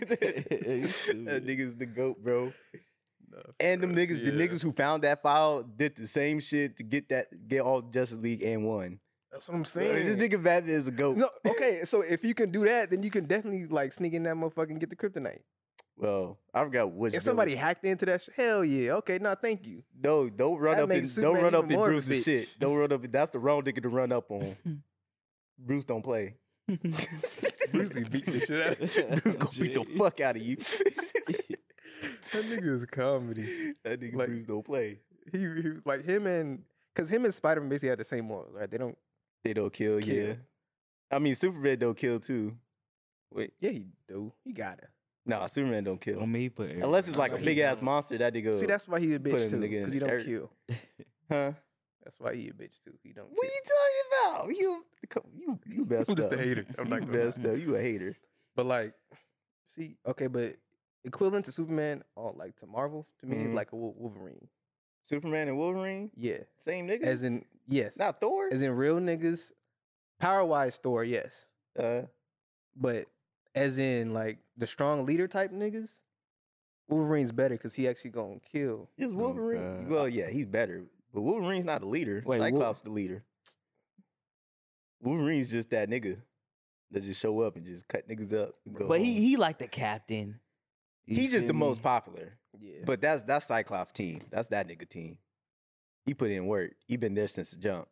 Speaker 2: that nigga's the goat, bro. And
Speaker 1: Uh,
Speaker 2: them niggas, the niggas who found that file did the same shit to get that get all Justice League and one.
Speaker 1: That's what I'm saying.
Speaker 2: This nigga Batman is a goat.
Speaker 1: No, okay. So if you can do that, then you can definitely like sneak in that motherfucker and get the kryptonite.
Speaker 2: Well, I forgot which.
Speaker 1: If
Speaker 2: villain.
Speaker 1: somebody hacked into that, sh- hell yeah. Okay, no, thank you.
Speaker 2: no, don't run
Speaker 1: That
Speaker 2: up
Speaker 1: makes
Speaker 2: and
Speaker 1: Superman
Speaker 2: don't run
Speaker 1: even
Speaker 2: up in
Speaker 1: more of a
Speaker 2: Bruce's
Speaker 1: bitch.
Speaker 2: shit. Don't run up. That's the wrong nigga to run up on. Bruce don't play.
Speaker 1: Bruce be beating the shit out of
Speaker 3: you.
Speaker 2: Bruce gonna beat the
Speaker 3: Jay.
Speaker 2: fuck out of you.
Speaker 1: That nigga is comedy.
Speaker 2: that nigga
Speaker 1: Like-
Speaker 2: Bruce don't play.
Speaker 1: He, he was like him and because him and Spider Man basically had the same morals, right? They don't.
Speaker 2: They don't kill,
Speaker 1: Kill.
Speaker 2: yeah. I mean, Superman don't kill too. Wait,
Speaker 1: Yeah, he do. He gotta.
Speaker 2: nah, Superman don't
Speaker 3: I
Speaker 2: kill.
Speaker 3: mean, he put
Speaker 2: Unless it's like a
Speaker 1: Oh, He
Speaker 2: big ass
Speaker 1: don't.
Speaker 2: monster that nigga.
Speaker 1: See, that's why he a bitch
Speaker 2: him
Speaker 1: too,
Speaker 2: nigga in
Speaker 1: because he don't
Speaker 2: every-
Speaker 1: kill.
Speaker 2: huh?
Speaker 1: That's why he a bitch too. He don't.
Speaker 2: What
Speaker 1: kill.
Speaker 2: you talking about? You co- you you messed
Speaker 1: I'm just a
Speaker 2: up.
Speaker 1: hater. I'm
Speaker 2: you
Speaker 1: not gonna lie.
Speaker 2: messed up. You a hater.
Speaker 1: But like, see, okay, but equivalent to Superman, or like to Marvel, to me is
Speaker 2: Mhm.
Speaker 1: like a Wol- Wolverine.
Speaker 2: Superman and Wolverine,
Speaker 1: Yeah,
Speaker 2: same nigga.
Speaker 1: as in yes,
Speaker 2: not Thor.
Speaker 1: as in real niggas. Power wise, Thor, yes,
Speaker 2: uh,
Speaker 1: but as in like the strong leader type niggas, Wolverine's better because he actually gonna kill.
Speaker 2: is Wolverine?
Speaker 3: God.
Speaker 2: well, yeah, he's better, but Wolverine's not the leader.
Speaker 3: Wait, Wol-
Speaker 2: Cyclops the leader. Wolverine's just that nigga that just show up and just cut niggas up. and go
Speaker 3: But he
Speaker 2: home.
Speaker 3: he like the captain. You
Speaker 2: he's just
Speaker 3: feel
Speaker 2: the most
Speaker 3: me?
Speaker 2: popular.
Speaker 1: Yeah,
Speaker 2: But that's that's Cyclops team. That's that nigga team. He put in work. He been there since the jump.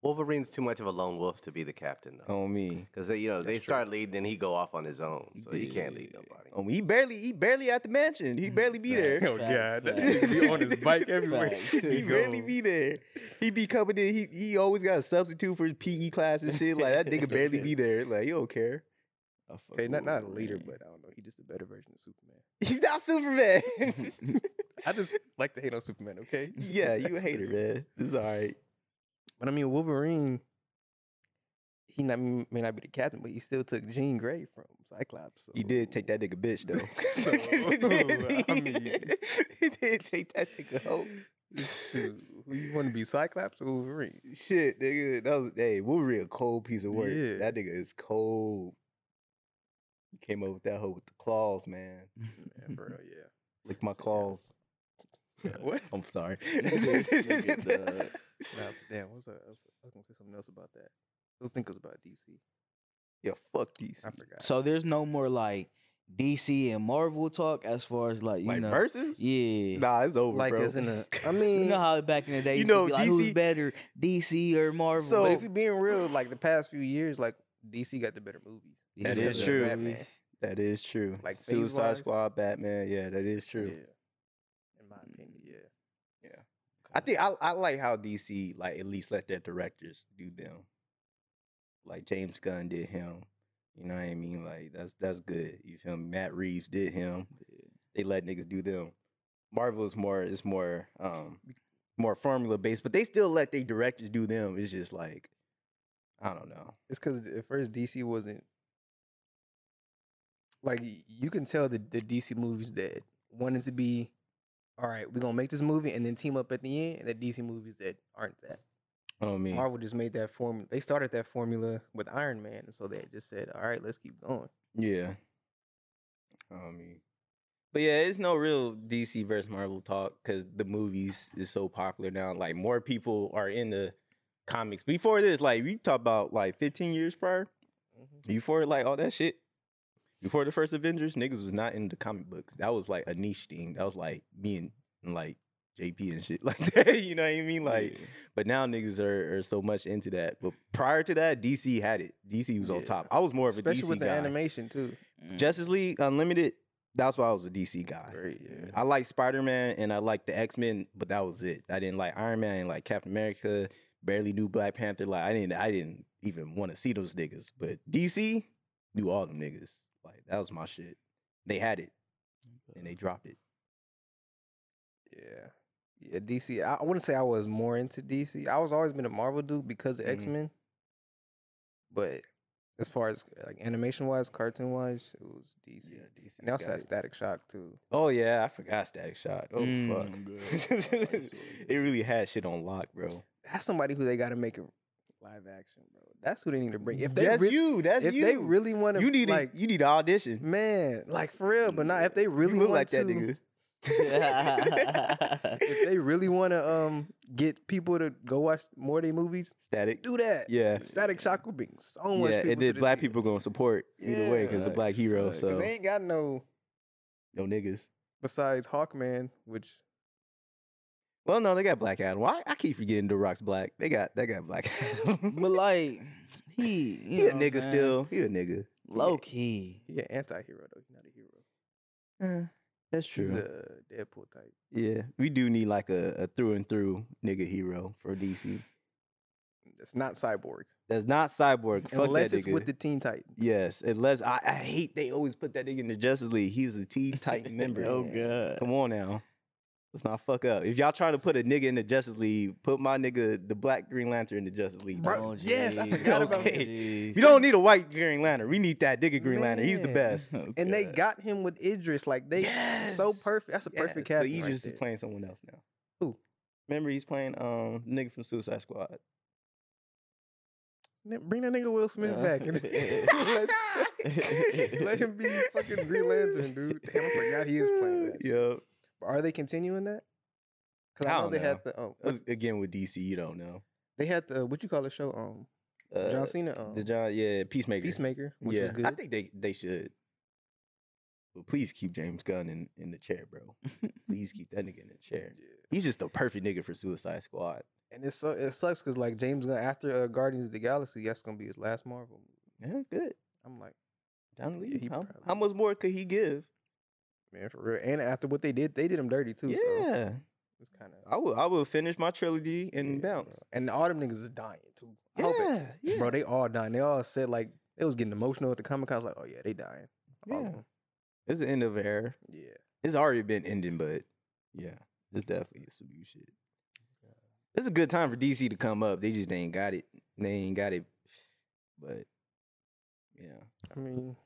Speaker 6: Wolverine's too much of a lone wolf to be the captain though.
Speaker 2: On me.
Speaker 6: Because you know they
Speaker 1: That's true.
Speaker 6: start leading, and he go off on his own, so he can't lead
Speaker 3: Yeah.
Speaker 6: nobody.
Speaker 2: On me. He barely he barely at the mansion. He barely be there.
Speaker 1: Oh, God, that
Speaker 3: Facts,
Speaker 1: nigga be on his bike everywhere.
Speaker 3: facts, facts.
Speaker 2: he barely be there. He be coming in. He E he always got a substitute for his PE class and shit. Like that nigga barely be there. Like you don't care.
Speaker 3: I fuck
Speaker 1: Okay, not
Speaker 3: with
Speaker 1: not a leader,
Speaker 3: Wolverine.
Speaker 1: but I don't know. He's just a better version of Superman.
Speaker 2: He's not Superman.
Speaker 1: I just like to hate on Superman. Okay.
Speaker 2: yeah, you a
Speaker 1: That's
Speaker 2: hater,
Speaker 1: what it
Speaker 2: man. It's all right.
Speaker 1: But I mean, Wolverine, he not, may not be the captain, but he still took Jean Grey from Cyclops. So.
Speaker 2: He did take that nigga bitch though.
Speaker 1: So, I mean-
Speaker 2: he did take that nigga hoe.
Speaker 1: Dude, Who you want to be, Cyclops or Wolverine?
Speaker 2: Shit, nigga, that was hey, Wolverine a cold piece of work.
Speaker 1: Yeah.
Speaker 2: That nigga is cold. He came up with that hoe with the claws, man.
Speaker 1: Yeah, for real, yeah.
Speaker 2: Lick my
Speaker 1: So, yeah.
Speaker 2: claws.
Speaker 1: What?
Speaker 2: I'm sorry.
Speaker 3: Niggas- niggas, uh,
Speaker 1: Nah, damn, what was I, I was, I was gonna say something else about that. I was thinking it was about DC.
Speaker 2: yeah, fuck these.
Speaker 1: I forgot.
Speaker 3: So there's no more like DC and Marvel talk as far as like you
Speaker 2: Like
Speaker 3: know.
Speaker 2: verses?
Speaker 3: Yeah.
Speaker 2: Nah, it's over,
Speaker 1: like
Speaker 2: bro.
Speaker 1: it's in a. I
Speaker 3: You
Speaker 1: mean,
Speaker 3: know how back in the day,
Speaker 2: You
Speaker 3: you know,
Speaker 2: know,
Speaker 3: be like, who's
Speaker 2: DC
Speaker 3: better, DC or Marvel?
Speaker 2: So-
Speaker 1: but if you're being real, like the past few years, like DC got the better movies.
Speaker 3: That
Speaker 1: DC got
Speaker 2: is
Speaker 1: the
Speaker 2: true.
Speaker 1: better Batman.
Speaker 2: that is true.
Speaker 1: Like,
Speaker 2: Suicide
Speaker 1: phase-wise?
Speaker 2: Squad, Batman. Yeah, that is true. Mm.
Speaker 1: Yeah. In my opinion, yeah.
Speaker 2: I think I, I like how DC like at least let their directors do them. Like James Gunn did him. You know what I mean? Like that's that's good. You feel me? Matt Reeves did him. They let niggas do them. Marvel is more it's more um more formula based, but they still let their directors do them. It's just like I don't know.
Speaker 1: It's because at first DC wasn't like y- you can tell the the DC movies that wanted to be all right. We're gonna make this movie and then team up at the end, and the DC movies that aren't that.
Speaker 2: I don't mean
Speaker 1: Marvel just made that formula. They started that formula with Iron Man, and so they just said, all right, let's keep going.
Speaker 2: Yeah. I mean, but yeah, it's no real DC versus Marvel talk because the movies is so popular now. Like more people are in the comics. Before this, like we talk about like 15 years prior,
Speaker 1: Mm-hmm.
Speaker 2: before like all that shit, before the first Avengers, niggas was not into comic books. That was like a niche thing. That was like me and, and, like JP and shit like that. You know what I mean? Like, but now niggas are, are so much into that. But prior to that, DC had it. DC was on
Speaker 1: Yeah.
Speaker 2: top. I was more of a
Speaker 1: Especially
Speaker 2: DC
Speaker 1: with the
Speaker 2: guy.
Speaker 1: animation too.
Speaker 3: Mm.
Speaker 2: Justice League Unlimited, that's why I was a DC guy.
Speaker 1: Right, yeah.
Speaker 2: I liked Spider Man and I liked the X Men, but that was it. I didn't like Iron Man, I didn't like Captain America, barely knew Black Panther. Like I didn't, I didn't even want to see those niggas. But DC knew all them niggas. Like that was my shit. They had it and they dropped it.
Speaker 1: Yeah. Yeah, DC. I, I wouldn't say I was more into DC. I was always been a Marvel dude because of
Speaker 2: Mhm.
Speaker 1: X Men. But as far as like animation wise, cartoon wise, it was DC.
Speaker 2: DC.
Speaker 1: and they also had Static Shock too.
Speaker 2: Oh yeah, I forgot Static Shot. Oh
Speaker 3: Mm. I'm
Speaker 2: fuck,
Speaker 3: good. I like
Speaker 2: it really had shit on lock, bro.
Speaker 1: That's somebody who they got to make a live action, bro. That's who they need to bring. If they
Speaker 2: that's
Speaker 1: really,
Speaker 2: you, that's
Speaker 1: if
Speaker 2: you.
Speaker 1: they really want to,
Speaker 2: you need
Speaker 1: like,
Speaker 2: like, you need to audition.
Speaker 1: man, like for real. But not if they
Speaker 2: You
Speaker 1: really
Speaker 2: look
Speaker 1: want
Speaker 2: like
Speaker 1: to,
Speaker 2: that nigga.
Speaker 1: if they really want to um get people to go watch more of their movies,
Speaker 2: Static.
Speaker 1: do that.
Speaker 2: Yeah.
Speaker 1: Static Shock would bring so much.
Speaker 2: Yeah,
Speaker 1: people
Speaker 2: and
Speaker 1: to
Speaker 2: then
Speaker 1: the
Speaker 2: black
Speaker 1: theater.
Speaker 2: people gonna support either way
Speaker 1: Yeah,
Speaker 2: because a
Speaker 3: like,
Speaker 2: black hero.
Speaker 3: facts.
Speaker 2: So
Speaker 1: Cause they ain't got no
Speaker 2: no niggas.
Speaker 1: besides Hawkman, which
Speaker 2: Well, no, they got Black Adam. Why I keep forgetting The Rock's black. They got they got Black Adam.
Speaker 3: but like, he, you
Speaker 2: he a
Speaker 3: know what I'm
Speaker 2: nigga
Speaker 3: saying?
Speaker 2: still. He a nigga.
Speaker 3: Low key.
Speaker 1: he an anti-hero though. He's not a hero. Uh.
Speaker 2: that's
Speaker 1: He's
Speaker 2: true.
Speaker 1: a Deadpool type.
Speaker 2: yeah, we do need like a, a through and through nigga hero for DC.
Speaker 1: That's not cyborg.
Speaker 2: That's not cyborg. Fuck
Speaker 1: Unless
Speaker 2: that
Speaker 1: it's
Speaker 2: nigga.
Speaker 1: with the Teen Titan.
Speaker 2: yes, unless I, I hate they always put that nigga in the Justice League. He's a Teen Titan member.
Speaker 3: Oh god.
Speaker 2: Come on now. Let's not fuck up. If y'all trying to put a nigga in the Justice League, put my nigga, the Black Green Lantern, in the Justice League.
Speaker 1: Bro,
Speaker 3: Oh,
Speaker 1: yes, I
Speaker 3: jeez.
Speaker 1: forgot
Speaker 2: about
Speaker 3: Okay.
Speaker 2: that.
Speaker 3: Jeez.
Speaker 2: You don't need a white Green Lantern. We need that nigga Green Lantern. He's the
Speaker 1: Man.
Speaker 2: best.
Speaker 3: Oh,
Speaker 1: And they
Speaker 3: God.
Speaker 1: got him with Idris. Like they so
Speaker 2: Yes.
Speaker 1: perfect. That's a perfect
Speaker 2: Yeah,
Speaker 1: casting.
Speaker 2: But
Speaker 1: right
Speaker 2: Idris
Speaker 1: there.
Speaker 2: is playing someone else now.
Speaker 1: Who?
Speaker 2: Remember, he's playing um nigga from Suicide Squad.
Speaker 1: N- Bring that nigga Will Smith
Speaker 3: Yeah.
Speaker 1: back. And let, let him be fucking Green Lantern, dude. Damn, I forgot he is playing that. shit.
Speaker 2: Yep.
Speaker 1: Are they continuing that? Because
Speaker 2: I
Speaker 1: I, know
Speaker 2: don't
Speaker 1: they
Speaker 2: know.
Speaker 1: had the um,
Speaker 2: That's- Again with DC, you don't know.
Speaker 1: they had the what you call the show um
Speaker 2: Uh,
Speaker 1: John Cena um,
Speaker 2: The John, yeah, Peacemaker.
Speaker 1: Peacemaker, which
Speaker 2: yeah,
Speaker 1: was good.
Speaker 2: I think they they should. But please keep James Gunn in, in the chair, bro. please keep that nigga in the chair. He's just the perfect nigga for Suicide Squad.
Speaker 1: And it's so it sucks because like James Gunn after uh, Guardians of the Galaxy, that's gonna be his last Marvel. movie.
Speaker 2: Yeah, good.
Speaker 1: I'm like,
Speaker 2: John
Speaker 1: Yeah,
Speaker 2: Lee.
Speaker 1: he
Speaker 2: how,
Speaker 1: probably-
Speaker 2: how much more could he give?
Speaker 1: man, for real. And after what they did, they did him dirty too. So
Speaker 2: yeah,
Speaker 1: it's kind of
Speaker 2: I will. I will finish my trilogy and bounce.
Speaker 1: And all them niggas is dying too. I hope it-
Speaker 2: Yeah, yeah.
Speaker 1: Bro, they all dying. They all said like They was getting emotional at the comic con. I was like, oh yeah, they dying. All of
Speaker 2: Yeah.
Speaker 1: 'em.
Speaker 2: It's the end of an era.
Speaker 1: yeah.
Speaker 2: It's already been ending, but yeah, it's definitely some new shit. It's a good time for DC to come up. They just ain't got it. They ain't got it. But yeah,
Speaker 1: I mean,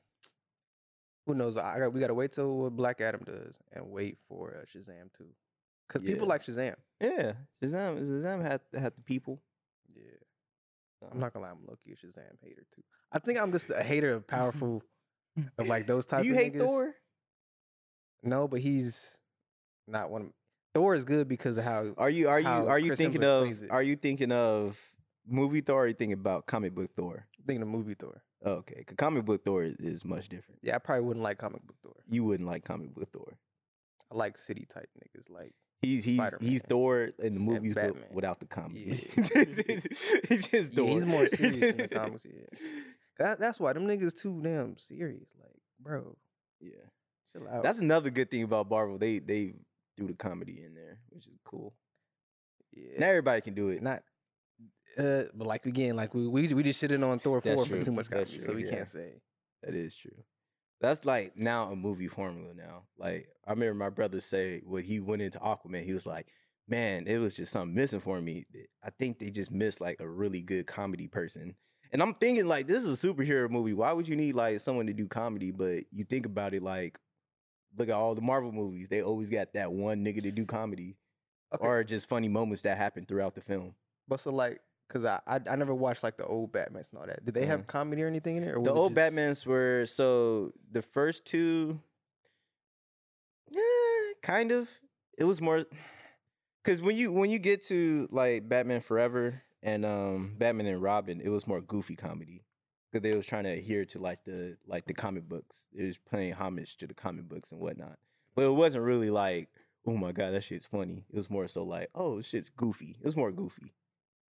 Speaker 1: who knows? I got, we got to wait till what Black Adam does and wait for uh, Shazam too, because people
Speaker 2: Yeah.
Speaker 1: like Shazam.
Speaker 2: yeah. Shazam, Shazam had had the people.
Speaker 1: Yeah, I'm not gonna lie, I'm lucky a Shazam hater too. I think I'm just a hater of powerful, of like those type.
Speaker 2: Do you
Speaker 1: of
Speaker 2: hate
Speaker 1: niggas.
Speaker 2: Thor?
Speaker 1: No, but he's not one. of Thor is good because of how
Speaker 2: Are you are you
Speaker 1: How
Speaker 2: are you
Speaker 1: Chris
Speaker 2: thinking
Speaker 1: Hemsworth
Speaker 2: of
Speaker 1: plays it.
Speaker 2: are you thinking of movie Thor? Or are you thinking about comic book Thor?
Speaker 1: thinking of movie Thor.
Speaker 2: Okay, 'cause comic book Thor is, is much different.
Speaker 1: Yeah, I probably wouldn't like comic book Thor.
Speaker 2: You wouldn't like comic book Thor.
Speaker 1: I like city type niggas. Like
Speaker 2: He's he's he's
Speaker 1: Spider-Man.
Speaker 2: Thor in the movies but
Speaker 1: Batman.
Speaker 2: without the comic.
Speaker 1: Yeah.
Speaker 2: he's just Thor.
Speaker 1: yeah, he's more serious in the comics. Yeah, That- that's why them niggas too damn serious. Like, bro,
Speaker 2: Yeah.
Speaker 1: chill out.
Speaker 2: That's another good thing about Marvel. They they threw the comedy in there, which is cool.
Speaker 1: yeah.
Speaker 2: Now everybody can do it.
Speaker 1: not uh but like again like we we, we just shitted on thor
Speaker 2: That's
Speaker 1: 4
Speaker 2: true.
Speaker 1: for too much
Speaker 2: That's
Speaker 1: comedy
Speaker 2: true,
Speaker 1: so we
Speaker 2: yeah.
Speaker 1: can't say
Speaker 2: That is true. That's like now a movie formula now. Like I remember my brother say when he went into Aquaman, he was like, "Man, it was just something missing for me. Th- I think they just missed like a really good comedy person." And I'm thinking like, this is a superhero movie. Why would you need like someone to do comedy? But you think about it, like, look at all the Marvel movies. They always got that one nigga to do comedy
Speaker 1: Okay.
Speaker 2: or just funny moments that happen throughout the film.
Speaker 1: but so like because I, I i never watched like the old batmans and all that did they have comedy or anything in it or was
Speaker 2: the
Speaker 1: it
Speaker 2: old
Speaker 1: just-
Speaker 2: Batmans were so the first two, eh, kind of. It was more because when you when you get to like Batman Forever and um Batman and Robin, it was more goofy comedy because they was trying to adhere to like the like the comic books. It was paying homage to the comic books and whatnot, but it wasn't really like oh my god that shit's funny. It was more so like oh shit's goofy. It was more goofy,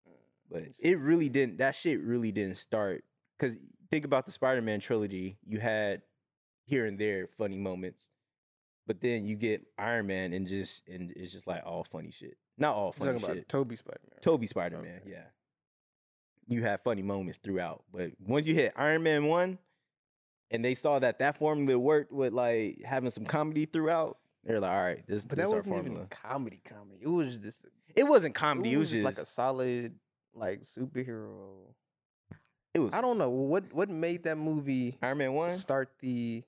Speaker 1: Mm,
Speaker 2: but it really didn't. That shit really didn't start because think about the Spider-Man trilogy. You had here and there funny moments, but then you get Iron Man and just and it's just like all funny shit. Not
Speaker 1: You're
Speaker 2: all funny
Speaker 1: talking
Speaker 2: shit.
Speaker 1: about toby spider-man
Speaker 2: Toby Spider-Man,
Speaker 1: Okay.
Speaker 2: yeah. You have funny moments throughout, but once you hit Iron Man one, and they saw that that formula worked with like having some comedy throughout. They're like, all right, this,
Speaker 1: but
Speaker 2: this
Speaker 1: that
Speaker 2: our
Speaker 1: wasn't
Speaker 2: formula.
Speaker 1: even comedy comedy it was just
Speaker 2: It wasn't comedy.
Speaker 1: it was just
Speaker 2: just
Speaker 1: like a solid like superhero
Speaker 2: it was
Speaker 1: i don't know what what made that movie
Speaker 2: Iron Man one.
Speaker 1: start the.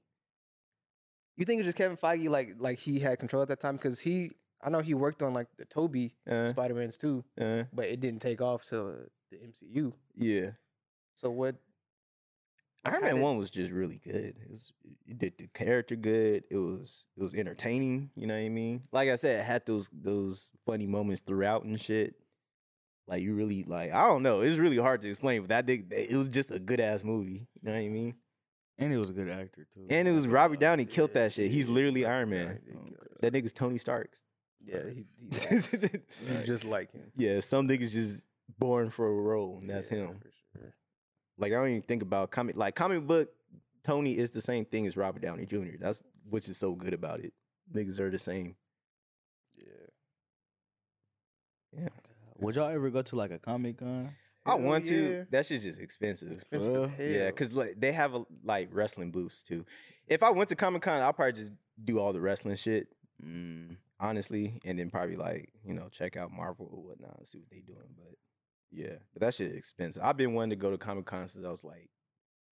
Speaker 1: You think it's just Kevin Feige, like like he had control at that time because he, I know he worked on like the Toby
Speaker 2: Uh,
Speaker 1: Spider Man's too,
Speaker 2: uh,
Speaker 1: but it didn't take off till uh, the MCU.
Speaker 2: yeah.
Speaker 1: So what? like,
Speaker 2: Iron
Speaker 1: how
Speaker 2: Man
Speaker 1: did-
Speaker 2: One was just really good. It, was, it did the character good. It was it was entertaining. You know what I mean? Like I said, it had those those funny moments throughout and shit. Like you really like I don't know. It's really hard to explain, but that did, it was just a good ass movie. You know what I mean?
Speaker 3: And he was a good actor too. Uh,
Speaker 2: And it was Robert Downey killed that shit. He's literally Iron
Speaker 1: Yeah,
Speaker 2: Man. Oh,
Speaker 1: he did good.
Speaker 2: That nigga's Tony Stark's.
Speaker 1: yeah, he, he acts. you just like him.
Speaker 2: yeah, some niggas just born for a role, and that's
Speaker 1: Yeah,
Speaker 2: him.
Speaker 1: for sure.
Speaker 2: Like I don't even think about comic like comic book Tony is the same thing as Robert Downey Jr. That's which is so good about it. Niggas are the same.
Speaker 1: Yeah,
Speaker 2: Yeah.
Speaker 3: Would y'all ever go to like a comic con?
Speaker 2: I
Speaker 1: Hell
Speaker 2: want
Speaker 1: yeah.
Speaker 2: to. That shit's just expensive.
Speaker 1: expensive
Speaker 3: real?
Speaker 1: as hell.
Speaker 2: Yeah, because like they have a, like wrestling booths too. If I went to Comic Con, I'll probably just do all the wrestling shit,
Speaker 3: Mm,
Speaker 2: honestly, and then probably like, you know, check out Marvel or whatnot and see what they doing. But yeah, but that shit expensive. I've been wanting to go to Comic Con since I was like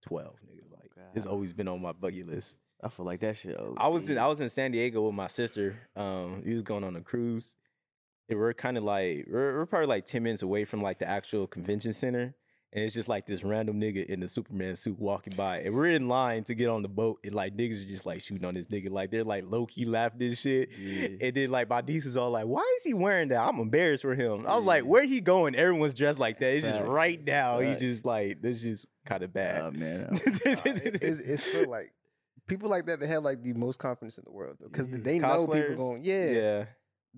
Speaker 2: twelve, nigga. Like it's
Speaker 3: God.
Speaker 2: always been on my bucket list.
Speaker 3: I feel like that shit.
Speaker 2: I was
Speaker 1: Mm.
Speaker 2: in I was in San Diego with my sister. Um, we was going on a cruise. And we're kind of like we're, we're probably like ten minutes away from like the actual convention center, and it's just like this random nigga in the Superman suit walking by, and we're in line to get on the boat, and like niggas are just like shooting on this nigga, like they're like low key laughing and shit.
Speaker 3: Yeah.
Speaker 2: And then like my niece is all like, "Why is he wearing that?" I'm embarrassed for him. I was like,
Speaker 3: Yeah.
Speaker 2: "Where he going?" Everyone's dressed like that. It's just
Speaker 3: Facts.
Speaker 2: right now. He's
Speaker 3: Facts.
Speaker 2: just like this is kind of bad.
Speaker 3: Oh man. I-
Speaker 1: Um, Nah, it- it's, it's so like people like that. They have like the most confidence in the world though, because
Speaker 3: Yeah.
Speaker 1: they know people
Speaker 2: Cosplayers?
Speaker 1: going, yeah,
Speaker 2: yeah.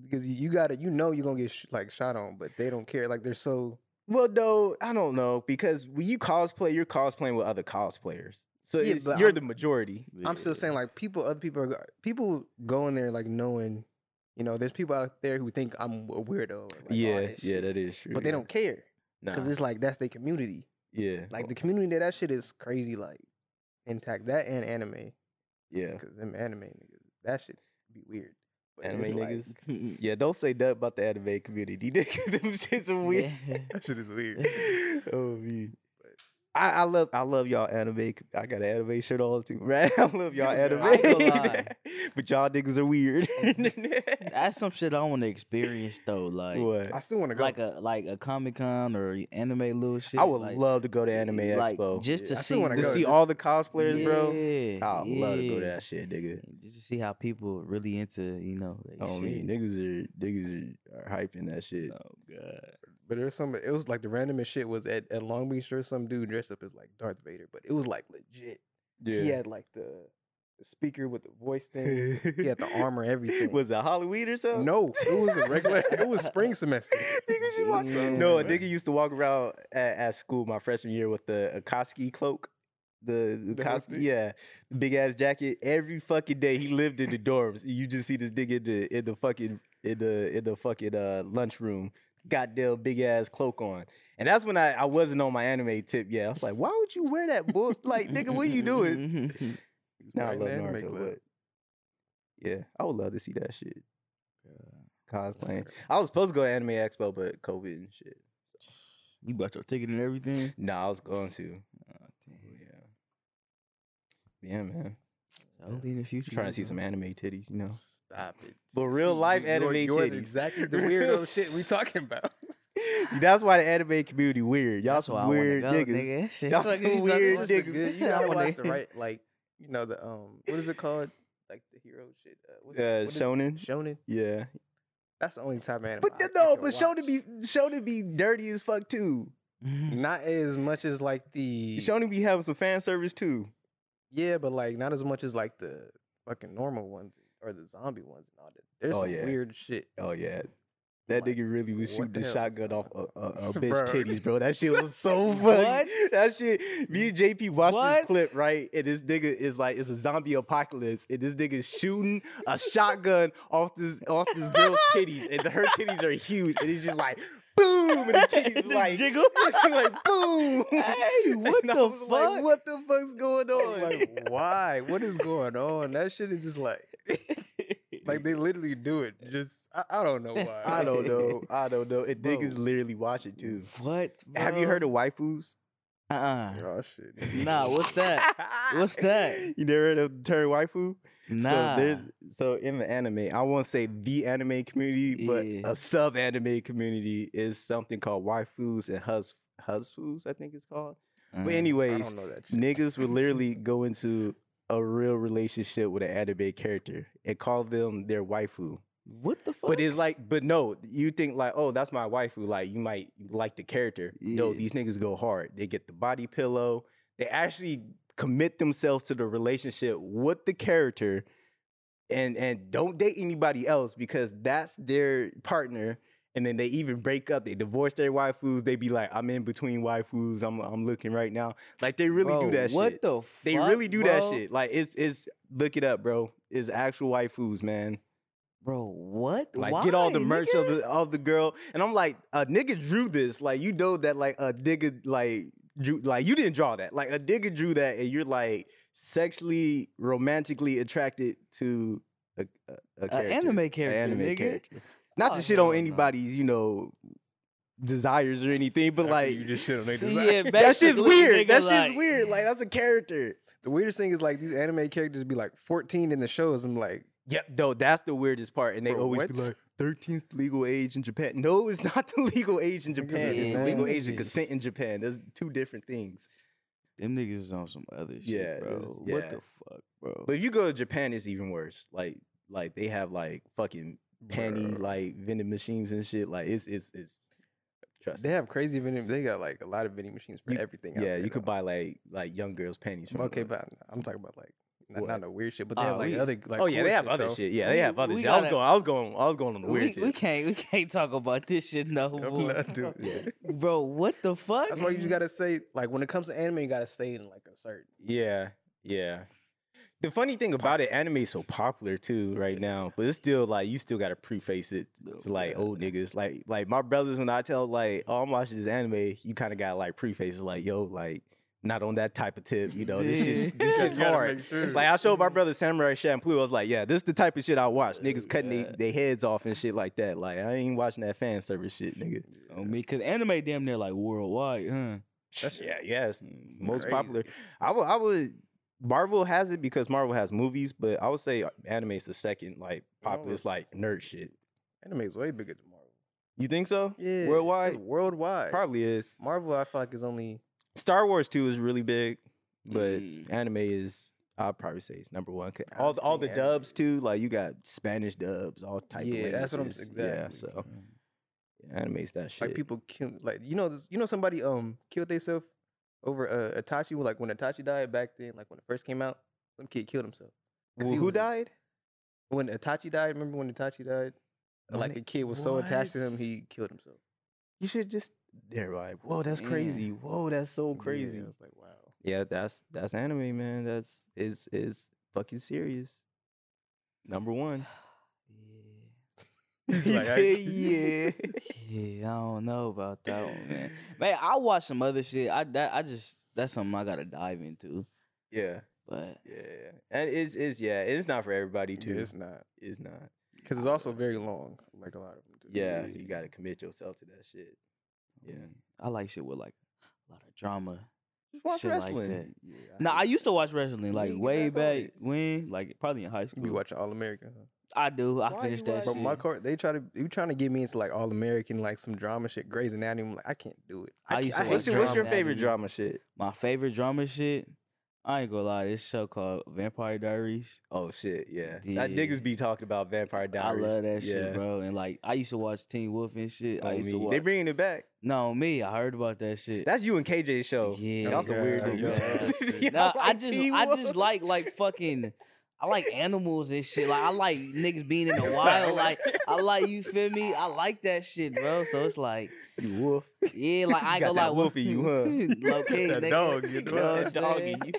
Speaker 1: because you you got to You know you're gonna get sh- like shot on, but they don't care. Like they're so
Speaker 2: Well, no, I don't know because when you cosplay, you're cosplaying with other cosplayers, so
Speaker 1: Yeah,
Speaker 2: it's-
Speaker 1: but
Speaker 2: you're
Speaker 1: I'm-
Speaker 2: the majority.
Speaker 1: I'm still
Speaker 3: Yeah.
Speaker 1: saying like people, other people are go- people go in there like knowing, you know, there's people out there who think I'm a weirdo. and, like, all
Speaker 2: yeah,
Speaker 1: that
Speaker 2: yeah,
Speaker 1: shit,
Speaker 2: that is true.
Speaker 1: but they don't care
Speaker 2: Nah.
Speaker 1: because it's like that's their community.
Speaker 2: Yeah.
Speaker 1: Like the community there, that shit is crazy. Like intact that and anime
Speaker 2: yeah.
Speaker 1: because them anime niggas that shit be weird. But
Speaker 2: Anime
Speaker 1: it's like-
Speaker 2: niggas. Yeah, don't say that about the anime community. nigga. Them shits are weird.
Speaker 1: that shit is weird.
Speaker 2: oh man. I, I love I love y'all anime. co- I got an anime shirt on too, right? I love y'all
Speaker 1: Yeah,
Speaker 2: anime,
Speaker 1: I
Speaker 3: ain't gonna lie.
Speaker 2: but y'all niggas are weird.
Speaker 3: That's some shit I want to experience though. Like
Speaker 2: what?
Speaker 1: I still want to go.
Speaker 3: like a like a Comic Con or anime little shit.
Speaker 2: I would
Speaker 3: like, eh,
Speaker 2: love to go to Anime
Speaker 3: like,
Speaker 2: Expo
Speaker 3: just to
Speaker 1: I still
Speaker 3: see
Speaker 1: wanna
Speaker 2: to
Speaker 1: go.
Speaker 2: see
Speaker 1: just-
Speaker 2: all the cosplayers,
Speaker 3: yeah,
Speaker 2: bro.
Speaker 3: I
Speaker 2: I would love to go to that shit, nigga.
Speaker 3: Just to see how people really into you know. They
Speaker 2: Oh
Speaker 3: shit.
Speaker 2: man, niggas are niggas are, are hyping that shit.
Speaker 3: Oh god.
Speaker 1: But there was some. It was like the randomest shit was at, at Long Beach. There was some dude dressed up as like Darth Vader, but it was like legit. He had like the, the speaker with the voice thing. he had the armor, everything.
Speaker 2: Was it Halloween or something?
Speaker 1: no, it was a regular. it was spring semester.
Speaker 2: Niggas you watch-
Speaker 1: Damn,
Speaker 2: No, a
Speaker 1: bro.
Speaker 2: nigga used to walk around at, at school my freshman year with the Akoski cloak. The, the
Speaker 1: The
Speaker 2: Akatsuki-
Speaker 1: hoodie?
Speaker 2: yeah, big ass jacket. Every fucking day he lived in the dorms. You just see this nigga in the in the fucking in the in the fucking uh lunchroom. Goddamn big ass cloak on. And that's when I, I wasn't on my anime tip yet. I was like, why would you wear that bull? Like, nigga, what you doing?
Speaker 3: doing?
Speaker 1: He was
Speaker 2: Now I
Speaker 1: wearing
Speaker 2: love
Speaker 1: the anime
Speaker 2: Naruto,
Speaker 1: club.
Speaker 2: but yeah, I would love to see that shit. Cosplaying. I was supposed to go to Anime Expo, but COVID and shit.
Speaker 3: you bought your ticket and everything.
Speaker 2: No, I was going to. yeah. Yeah, man.
Speaker 3: Only in the future.
Speaker 2: trying to
Speaker 3: you
Speaker 2: see some
Speaker 3: know.
Speaker 2: anime titties, you know.
Speaker 1: Stop it.
Speaker 2: But real life
Speaker 1: you- you're-
Speaker 2: anime
Speaker 1: you're
Speaker 2: titties.
Speaker 1: exactly the weirdo shit we talking about.
Speaker 2: That's why the anime community weird. Y'all
Speaker 3: That's why I
Speaker 2: some
Speaker 3: wanna
Speaker 2: weird
Speaker 3: go,
Speaker 2: niggas.
Speaker 3: nigga. Shit,
Speaker 2: Y'all
Speaker 3: fuck
Speaker 2: some
Speaker 3: is you talking
Speaker 2: weird
Speaker 1: It's
Speaker 3: about?
Speaker 1: just a
Speaker 2: niggas.
Speaker 1: good- You
Speaker 3: I
Speaker 1: gotta
Speaker 3: wanna-
Speaker 1: watch the right, like you know the um, what is it called? Like the hero shit. Uh, what's it-
Speaker 2: Uh,
Speaker 1: what is-
Speaker 2: shonen.
Speaker 1: Shonen.
Speaker 2: yeah.
Speaker 1: That's the only type of anime.
Speaker 2: But
Speaker 1: I- I
Speaker 2: the,
Speaker 1: can
Speaker 2: no, but
Speaker 1: watch.
Speaker 2: Shonen be Shonen be dirty as fuck too. Mm.
Speaker 1: Not as much as like the
Speaker 2: Shonen be having some fan service too.
Speaker 1: yeah, but like not as much as like the fucking normal ones or the zombie ones and all that. There's
Speaker 2: Oh,
Speaker 1: some
Speaker 2: yeah.
Speaker 1: weird shit.
Speaker 2: Oh yeah. That
Speaker 1: Like,
Speaker 2: nigga really was
Speaker 1: what
Speaker 2: shooting
Speaker 1: the hell
Speaker 2: the
Speaker 1: is
Speaker 2: shotgun off a,
Speaker 1: going
Speaker 2: a, a
Speaker 1: on?
Speaker 2: bitch
Speaker 1: Bro.
Speaker 2: titties, bro. That shit was so funny.
Speaker 3: What?
Speaker 2: That shit. Me and JP watched
Speaker 3: What?
Speaker 2: this clip right, and this nigga is like, it's a zombie apocalypse, and this nigga is shooting a shotgun off this off this girl's titties, and her titties are huge, and it's just like boom, and the titties is
Speaker 3: Just
Speaker 2: like
Speaker 3: jiggle.
Speaker 2: it's like boom.
Speaker 3: Hey, what
Speaker 2: And I
Speaker 3: the
Speaker 2: was like,
Speaker 3: fuck?
Speaker 2: what the fuck's going on?
Speaker 1: Like why? What is going on? That shit is just like like they literally do it. Just I, I don't know why.
Speaker 2: I don't know. I don't know. And
Speaker 3: Bro.
Speaker 2: niggas literally watch it too.
Speaker 3: What?
Speaker 2: Have you heard
Speaker 3: bro?
Speaker 2: of waifus?
Speaker 3: Uh-uh.
Speaker 1: Oh shit.
Speaker 3: Nah, what's that? What's that?
Speaker 2: You never heard of the term waifu?
Speaker 3: Nah.
Speaker 2: So there's so in the anime, I won't say the anime community, but
Speaker 3: Yeah.
Speaker 2: a sub anime community is something called waifus and hus husfus, I think it's called.
Speaker 3: Uh,
Speaker 2: But
Speaker 1: I
Speaker 2: anyways,
Speaker 1: don't know that shit.
Speaker 2: niggas would literally go into a real relationship with an anime character and call them their waifu.
Speaker 3: what the fuck?
Speaker 2: But it's like, but no, you think like, oh, that's my waifu. Like you might like the character. No,
Speaker 3: Yeah.
Speaker 2: these niggas go hard. They get the body pillow. They actually commit themselves to the relationship with the character, and and don't date anybody else because that's their partner. And then they even break up. They divorce their waifus. They be like, I'm in between waifus. I'm I'm looking right now. Like they really
Speaker 3: Bro,
Speaker 2: do that.
Speaker 3: What
Speaker 2: shit.
Speaker 3: the fuck?
Speaker 2: They really do that
Speaker 3: bro?
Speaker 2: shit. Like it's it's look it up, bro. It's actual waifus, man.
Speaker 3: Bro, what?
Speaker 2: Like get all the
Speaker 3: Why,
Speaker 2: merch of
Speaker 3: nigga?
Speaker 2: the of the girl, and I'm like, a nigga drew this. Like you know that like a nigga like drew like you didn't draw that. Like a nigga drew that, and you're like sexually romantically attracted to a, a, a
Speaker 3: A
Speaker 2: character,
Speaker 3: anime
Speaker 2: a
Speaker 3: character. nigga.
Speaker 2: Not
Speaker 3: Oh,
Speaker 2: to shit
Speaker 3: hell
Speaker 2: on
Speaker 3: no.
Speaker 2: anybody's you know desires or anything, but
Speaker 1: After
Speaker 2: like
Speaker 1: you just shit on their design.
Speaker 3: Yeah,
Speaker 2: that shit's
Speaker 3: basically,
Speaker 2: weird.
Speaker 3: nigga,
Speaker 2: That
Speaker 3: like,
Speaker 2: shit's weird. Like that's a character.
Speaker 1: The weirdest thing is like these anime characters be like 14 in the shows. I'm like,
Speaker 2: Yeah, no, that's the weirdest part. And they
Speaker 1: Bro,
Speaker 2: always be
Speaker 1: what?
Speaker 2: like, 13th legal age in Japan. No, it's not the legal age in Japan. It's the
Speaker 1: Yeah,
Speaker 2: legal age of
Speaker 3: niggas.
Speaker 2: consent in Japan. That's two different things.
Speaker 3: Them niggas is on some other shit,
Speaker 2: Yeah,
Speaker 3: bro.
Speaker 2: it's-
Speaker 3: What
Speaker 2: yeah.
Speaker 3: the fuck, bro?
Speaker 2: But if you go to Japan, it's even worse. Like, like they have like fucking panty
Speaker 1: Bruh.
Speaker 2: like vending machines and shit. Like it's it's it's trust
Speaker 1: They
Speaker 2: me.
Speaker 1: have crazy vending. They got like a lot of vending machines for
Speaker 2: You-
Speaker 1: everything. out
Speaker 2: Yeah,
Speaker 1: there,
Speaker 2: you could
Speaker 1: though.
Speaker 2: buy like like young girls panties from
Speaker 1: Okay,
Speaker 2: like-
Speaker 1: but I'm- I'm talking about like not,
Speaker 2: What?
Speaker 1: not the weird shit, but they have
Speaker 3: Oh,
Speaker 1: like
Speaker 3: we-
Speaker 1: other like.
Speaker 2: Oh yeah,
Speaker 1: cool
Speaker 2: they have
Speaker 1: shit,
Speaker 2: other
Speaker 1: though.
Speaker 2: shit. Yeah,
Speaker 3: We-
Speaker 2: they have other
Speaker 3: we
Speaker 2: shit. I was
Speaker 3: gotta-
Speaker 2: going I was going I was going on the weird
Speaker 3: we,
Speaker 2: shit.
Speaker 3: we can't we can't talk about this shit no
Speaker 1: I'm
Speaker 3: more,
Speaker 1: not doing it.
Speaker 3: bro. What the fuck?
Speaker 2: Mm-hmm.
Speaker 1: That's why you just gotta say like when it comes to anime, you gotta stay in like a certain.
Speaker 2: Yeah, yeah. The funny thing about it, anime is so popular too right now, but it's still like you still gotta preface it
Speaker 1: Oh,
Speaker 2: to like
Speaker 3: oh,
Speaker 2: old niggas. Like like my brothers when I tell like oh I'm watching this anime, you kind of gotta like preface it like yo like not on that type of tip, you know this shit this
Speaker 1: Yeah.
Speaker 2: shit's
Speaker 1: You gotta
Speaker 2: hard.
Speaker 1: make sure.
Speaker 2: Like I showed my brother Samurai Champloo, I was like yeah this is the type of shit I watch. Niggas cutting they their heads off and shit like that. Like I ain't watching that fan service shit, nigga.
Speaker 3: On me, cause anime damn near like worldwide, huh?
Speaker 1: That's-
Speaker 2: yeah, yeah, it's
Speaker 3: Mm-hmm.
Speaker 2: most
Speaker 1: crazy.
Speaker 2: popular. I would, I would. Marvel has it because Marvel has movies, but I would say uh, anime is the second like
Speaker 1: Oh.
Speaker 2: popular. It's like nerd shit.
Speaker 1: Anime's way bigger than Marvel.
Speaker 2: You think so?
Speaker 1: Yeah,
Speaker 2: worldwide,
Speaker 1: it's worldwide.
Speaker 2: probably is.
Speaker 1: Marvel, I feel like is only
Speaker 2: Star Wars two is really big, but
Speaker 1: Mm-hmm.
Speaker 3: Mm.
Speaker 2: anime is. I'd probably say it's number one. 'Cause
Speaker 1: I
Speaker 2: All
Speaker 1: just
Speaker 2: the, all the
Speaker 1: think anime
Speaker 2: dubs too, like you got Spanish dubs, all type.
Speaker 1: Yeah,
Speaker 2: of
Speaker 1: that's what I'm-
Speaker 2: languages. Yeah,
Speaker 1: exactly.
Speaker 2: so anime's that shit.
Speaker 1: like people kill like you know this, you know somebody um killed themselves over uh, Itachi well, like when Itachi died back then like when it first came out some kid killed himself 'cause
Speaker 2: Who-
Speaker 1: he
Speaker 2: who
Speaker 1: was a-
Speaker 2: died?
Speaker 1: when Itachi died remember when Itachi died Uh,
Speaker 2: When
Speaker 1: like
Speaker 2: it-
Speaker 1: a kid was so attached to
Speaker 2: what?
Speaker 1: him he killed himself
Speaker 2: You should just. They're like, whoa, that's
Speaker 3: Yeah.
Speaker 2: crazy. Whoa, that's so
Speaker 1: Mm. Yeah,
Speaker 2: crazy.
Speaker 1: I was like wow
Speaker 2: Yeah, that's that's anime, man. That's is is fucking serious. Number one. He's
Speaker 1: like, I-
Speaker 2: yeah.
Speaker 3: Yeah, I don't know about that one, man. Man, I watch some other shit. I that I just that's something I gotta dive into.
Speaker 2: yeah,
Speaker 3: But
Speaker 2: yeah. And it's is yeah, it's not for everybody too.
Speaker 1: Yeah,
Speaker 2: it's,
Speaker 1: it's not
Speaker 2: not.
Speaker 1: because it's also very long like a lot of them do.
Speaker 2: Yeah, Um, you gotta commit yourself to that shit.
Speaker 3: yeah,
Speaker 2: Yeah.
Speaker 3: I like shit with like a lot of drama.
Speaker 2: Just watch
Speaker 3: Shit like
Speaker 2: wrestling.
Speaker 3: that.
Speaker 2: yeah,
Speaker 3: Now I
Speaker 2: hate-
Speaker 3: used to watch wrestling like
Speaker 2: get
Speaker 3: way
Speaker 2: back on
Speaker 3: back
Speaker 2: it.
Speaker 3: when, like probably in high
Speaker 1: You
Speaker 3: school.
Speaker 1: be watching All America, huh?
Speaker 3: I do. I
Speaker 2: Why you
Speaker 3: finished that.
Speaker 2: watch-
Speaker 1: but
Speaker 2: Bro,
Speaker 3: Shit.
Speaker 1: my court they try to you trying to get me into like All American, like some drama shit, Grey's Anatomy. I'm like I can't do it.
Speaker 3: I
Speaker 1: can't-
Speaker 3: used to
Speaker 2: I
Speaker 3: watch
Speaker 2: hate
Speaker 1: hate
Speaker 2: you. What's your
Speaker 3: drama.
Speaker 2: favorite drama shit?
Speaker 3: my favorite drama shit. I ain't gonna lie, this show called Vampire Diaries.
Speaker 2: Oh shit, yeah. That
Speaker 3: Yeah.
Speaker 2: niggas be talking about Vampire Diaries.
Speaker 3: I love that
Speaker 2: yeah.
Speaker 3: shit, bro. And like, I used to watch Teen Wolf and shit. I
Speaker 2: On
Speaker 3: used
Speaker 2: me.
Speaker 3: to watch.
Speaker 2: They bringing it back.
Speaker 3: no, me. I heard about that shit.
Speaker 2: That's you and KJ's show.
Speaker 3: Yeah.
Speaker 2: Y'all some weird
Speaker 1: Oh,
Speaker 2: niggas.
Speaker 1: God.
Speaker 2: Y'all
Speaker 3: Nah, I
Speaker 2: like
Speaker 3: just,
Speaker 2: Teen
Speaker 3: I
Speaker 2: Wolf.
Speaker 3: just like like fucking. I like animals and shit. Like I like niggas being in the wild. Like I like you feel me. I like that shit, bro. So it's like,
Speaker 2: You wolf.
Speaker 3: yeah, like I ain't
Speaker 2: You got
Speaker 3: gonna
Speaker 2: that
Speaker 3: lie,
Speaker 2: wolf in you, huh?
Speaker 3: Low key,
Speaker 2: That
Speaker 3: nigga.
Speaker 2: dog, you
Speaker 3: You
Speaker 2: know,
Speaker 3: know what I'm
Speaker 2: that dog in
Speaker 3: saying?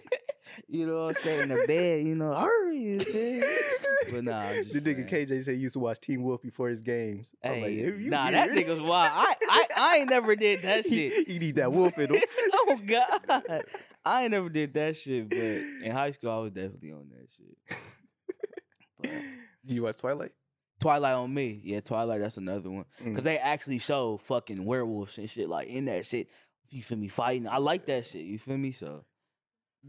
Speaker 3: You know what I'm saying? In the bed, you know, hurry, you feel me? But nah, I'm
Speaker 2: the
Speaker 3: just
Speaker 2: nigga
Speaker 3: saying.
Speaker 2: KJ said he used to watch Team Wolf before his games. I'm
Speaker 3: Hey,
Speaker 2: like, "Ew, you
Speaker 3: nah, that
Speaker 2: weird."
Speaker 3: nigga's wild. I, I, I ain't never did that
Speaker 2: He-
Speaker 3: shit.
Speaker 2: he need that wolf in him.
Speaker 3: oh God, I ain't never did that shit. But in high school, I was definitely on that shit. But
Speaker 1: You watch Twilight?
Speaker 3: Twilight on me, yeah, Twilight. That's another one
Speaker 2: Mm.
Speaker 3: because they actually show fucking werewolves and shit like in that shit. You feel me fighting? I like that shit. You feel me? So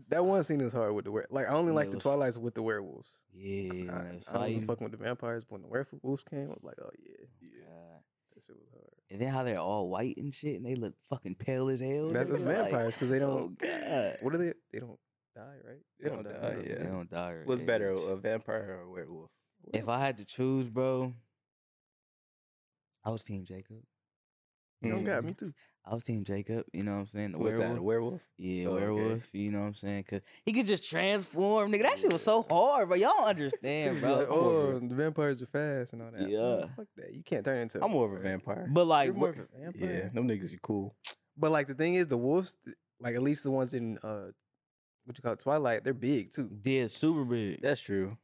Speaker 1: That one scene is hard with the were. Like I only
Speaker 3: Yeah,
Speaker 1: like
Speaker 3: it
Speaker 1: the
Speaker 3: was-
Speaker 1: Twilights with the werewolves. 'Cause
Speaker 3: yeah,
Speaker 1: I,
Speaker 3: when it's
Speaker 1: I wasn't
Speaker 3: fighting.
Speaker 1: fucking with the vampires, but when the werewolves came, I was like, oh yeah,
Speaker 3: God.
Speaker 1: that shit was hard.
Speaker 3: And then how they're all white and shit, and they look fucking pale as hell.
Speaker 1: That- That's
Speaker 3: nigga, like,
Speaker 1: vampires because they
Speaker 3: Oh
Speaker 1: don't.
Speaker 3: God,
Speaker 1: What are they? They don't die, right?
Speaker 2: They don't die,
Speaker 1: huh?
Speaker 2: yeah.
Speaker 3: They don't die. or
Speaker 2: What's better,
Speaker 3: age.
Speaker 2: a vampire or a werewolf?
Speaker 3: If I had to choose, bro, I was Team Jacob.
Speaker 1: You don't got
Speaker 2: Mm.
Speaker 1: me too.
Speaker 3: I was Team Jacob. You know what I'm saying? The
Speaker 2: What's
Speaker 3: werewolf.
Speaker 2: that, a werewolf?
Speaker 3: Yeah,
Speaker 2: Oh, okay.
Speaker 3: werewolf. You know what I'm saying? Cause he could just transform, nigga. That shit was so hard, but y'all don't
Speaker 1: Be
Speaker 3: understand, bro.
Speaker 1: like, oh, the vampires are fast and all that. No,
Speaker 3: Yeah.
Speaker 1: fuck that. You can't turn into.
Speaker 2: I'm more of a vampire.
Speaker 3: But like,
Speaker 1: You're more
Speaker 3: wh-
Speaker 1: of a vampire.
Speaker 2: Yeah, them niggas are cool.
Speaker 1: But like the thing is, the wolves, th- like at least the ones in uh, what you call it, Twilight, they're big too.
Speaker 3: did super big.
Speaker 2: That's true.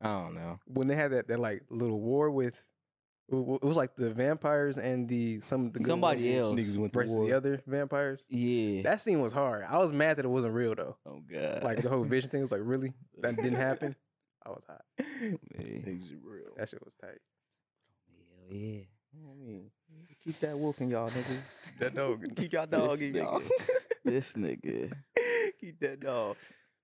Speaker 2: I don't know.
Speaker 1: When they had that that like little war with, it wa- it was like the vampires and the some of the good
Speaker 3: Somebody
Speaker 1: werewolves
Speaker 3: else.
Speaker 2: Niggas went to
Speaker 1: versus the
Speaker 2: war.
Speaker 1: other vampires.
Speaker 3: yeah.
Speaker 1: That scene was hard. I was mad that it wasn't real though.
Speaker 3: oh god.
Speaker 1: Like the whole vision thing was like, really, that didn't happen. I was hot.
Speaker 3: Man.
Speaker 2: Niggas are real.
Speaker 1: That shit was tight.
Speaker 3: Hell yeah.
Speaker 2: I mean, keep that wolf in y'all niggas.
Speaker 1: That dog.
Speaker 2: keep y'all dog in
Speaker 3: This
Speaker 2: y'all.
Speaker 3: This nigga,
Speaker 2: keep that dog.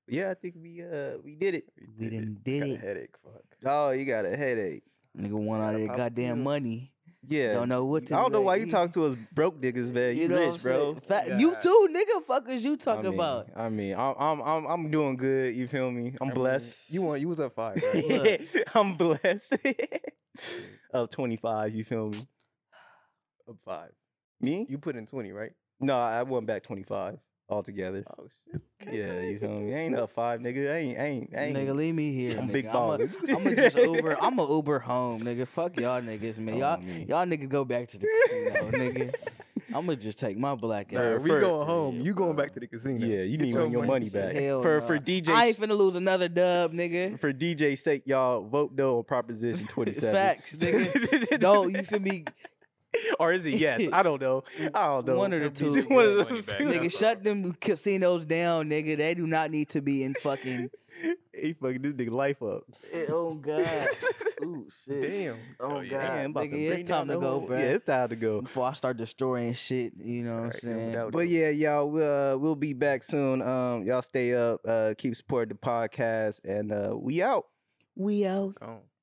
Speaker 2: Yeah, I think we uh we did it.
Speaker 3: we done
Speaker 1: Got
Speaker 3: did
Speaker 1: a
Speaker 3: it.
Speaker 1: headache. Fuck.
Speaker 2: Oh, you got a headache.
Speaker 3: Nigga won
Speaker 1: gotta
Speaker 3: all that
Speaker 1: pop
Speaker 3: goddamn
Speaker 1: pills.
Speaker 3: money.
Speaker 2: Yeah.
Speaker 3: Don't know what to
Speaker 2: I don't know
Speaker 3: do.
Speaker 2: why you talk to us broke niggas, man. You,
Speaker 3: know what I'm
Speaker 2: rich, bro.
Speaker 3: saying? Fa- you
Speaker 1: Yeah.
Speaker 3: too, nigga. Fuckers, you
Speaker 2: I
Speaker 3: talking
Speaker 2: mean-
Speaker 3: about?
Speaker 2: I mean, I'm I'm I'm I'm doing good. You feel me? I'm
Speaker 1: I mean,
Speaker 2: blessed.
Speaker 1: You want? You was up five. Right?
Speaker 3: look.
Speaker 2: I'm blessed. of 25, you feel me?
Speaker 1: up five.
Speaker 2: Me?
Speaker 1: You put in twenty, right?
Speaker 2: No, I went back 25 altogether.
Speaker 1: Oh shit.
Speaker 2: Yeah, you feel me? I ain't up five, nigga. I ain't, I ain't, I ain't.
Speaker 3: Nigga, leave me here.
Speaker 2: I'm
Speaker 3: nigga.
Speaker 2: big
Speaker 3: I'ma-
Speaker 2: balls.
Speaker 3: I'ma just Uber. I'm a Uber home, nigga. Fuck y'all niggas, man. Y'all,
Speaker 2: Oh, me.
Speaker 3: y'all niggas go back to the casino, nigga. I'm gonna just take my black
Speaker 1: Nah,
Speaker 2: Fair.
Speaker 3: ass.
Speaker 1: we
Speaker 2: for-
Speaker 1: going home. You going
Speaker 3: bro.
Speaker 1: back to the casino.
Speaker 2: Yeah, you
Speaker 1: Get
Speaker 2: need
Speaker 1: your
Speaker 2: your, your
Speaker 1: money.
Speaker 2: money back.
Speaker 3: Hell
Speaker 2: for
Speaker 3: nah.
Speaker 2: for DJ
Speaker 3: I ain't finna lose another dub, nigga.
Speaker 2: for DJ sake, y'all vote no on Proposition 27.
Speaker 3: Facts, nigga. no, you feel me,
Speaker 2: or is it yes? I don't know. I
Speaker 1: Oh,
Speaker 2: don't know.
Speaker 3: One of the
Speaker 2: It'd
Speaker 3: two.
Speaker 2: be One of
Speaker 4: Money
Speaker 2: those
Speaker 4: back.
Speaker 2: two.
Speaker 4: That's
Speaker 3: nigga. Shut them casinos down, nigga. They do not need to be in fucking.
Speaker 2: He fucking this nigga life up.
Speaker 3: oh God. Ooh shit.
Speaker 1: Damn.
Speaker 3: Oh,
Speaker 4: Oh, yeah.
Speaker 3: God,
Speaker 2: Man, I'm about to
Speaker 3: nigga.
Speaker 2: bring
Speaker 3: It's time
Speaker 2: down
Speaker 3: to
Speaker 2: the
Speaker 3: go,
Speaker 2: whole-
Speaker 3: bro.
Speaker 2: Yeah, it's time to go.
Speaker 3: Before I start destroying shit, you know what I'm
Speaker 1: Alright, yeah,
Speaker 3: saying.
Speaker 1: without-
Speaker 2: But yeah, y'all, we'll, uh, we'll be back soon. Um, y'all stay up, uh, keep supporting the podcast, and uh, we out.
Speaker 3: we out.
Speaker 1: Gone.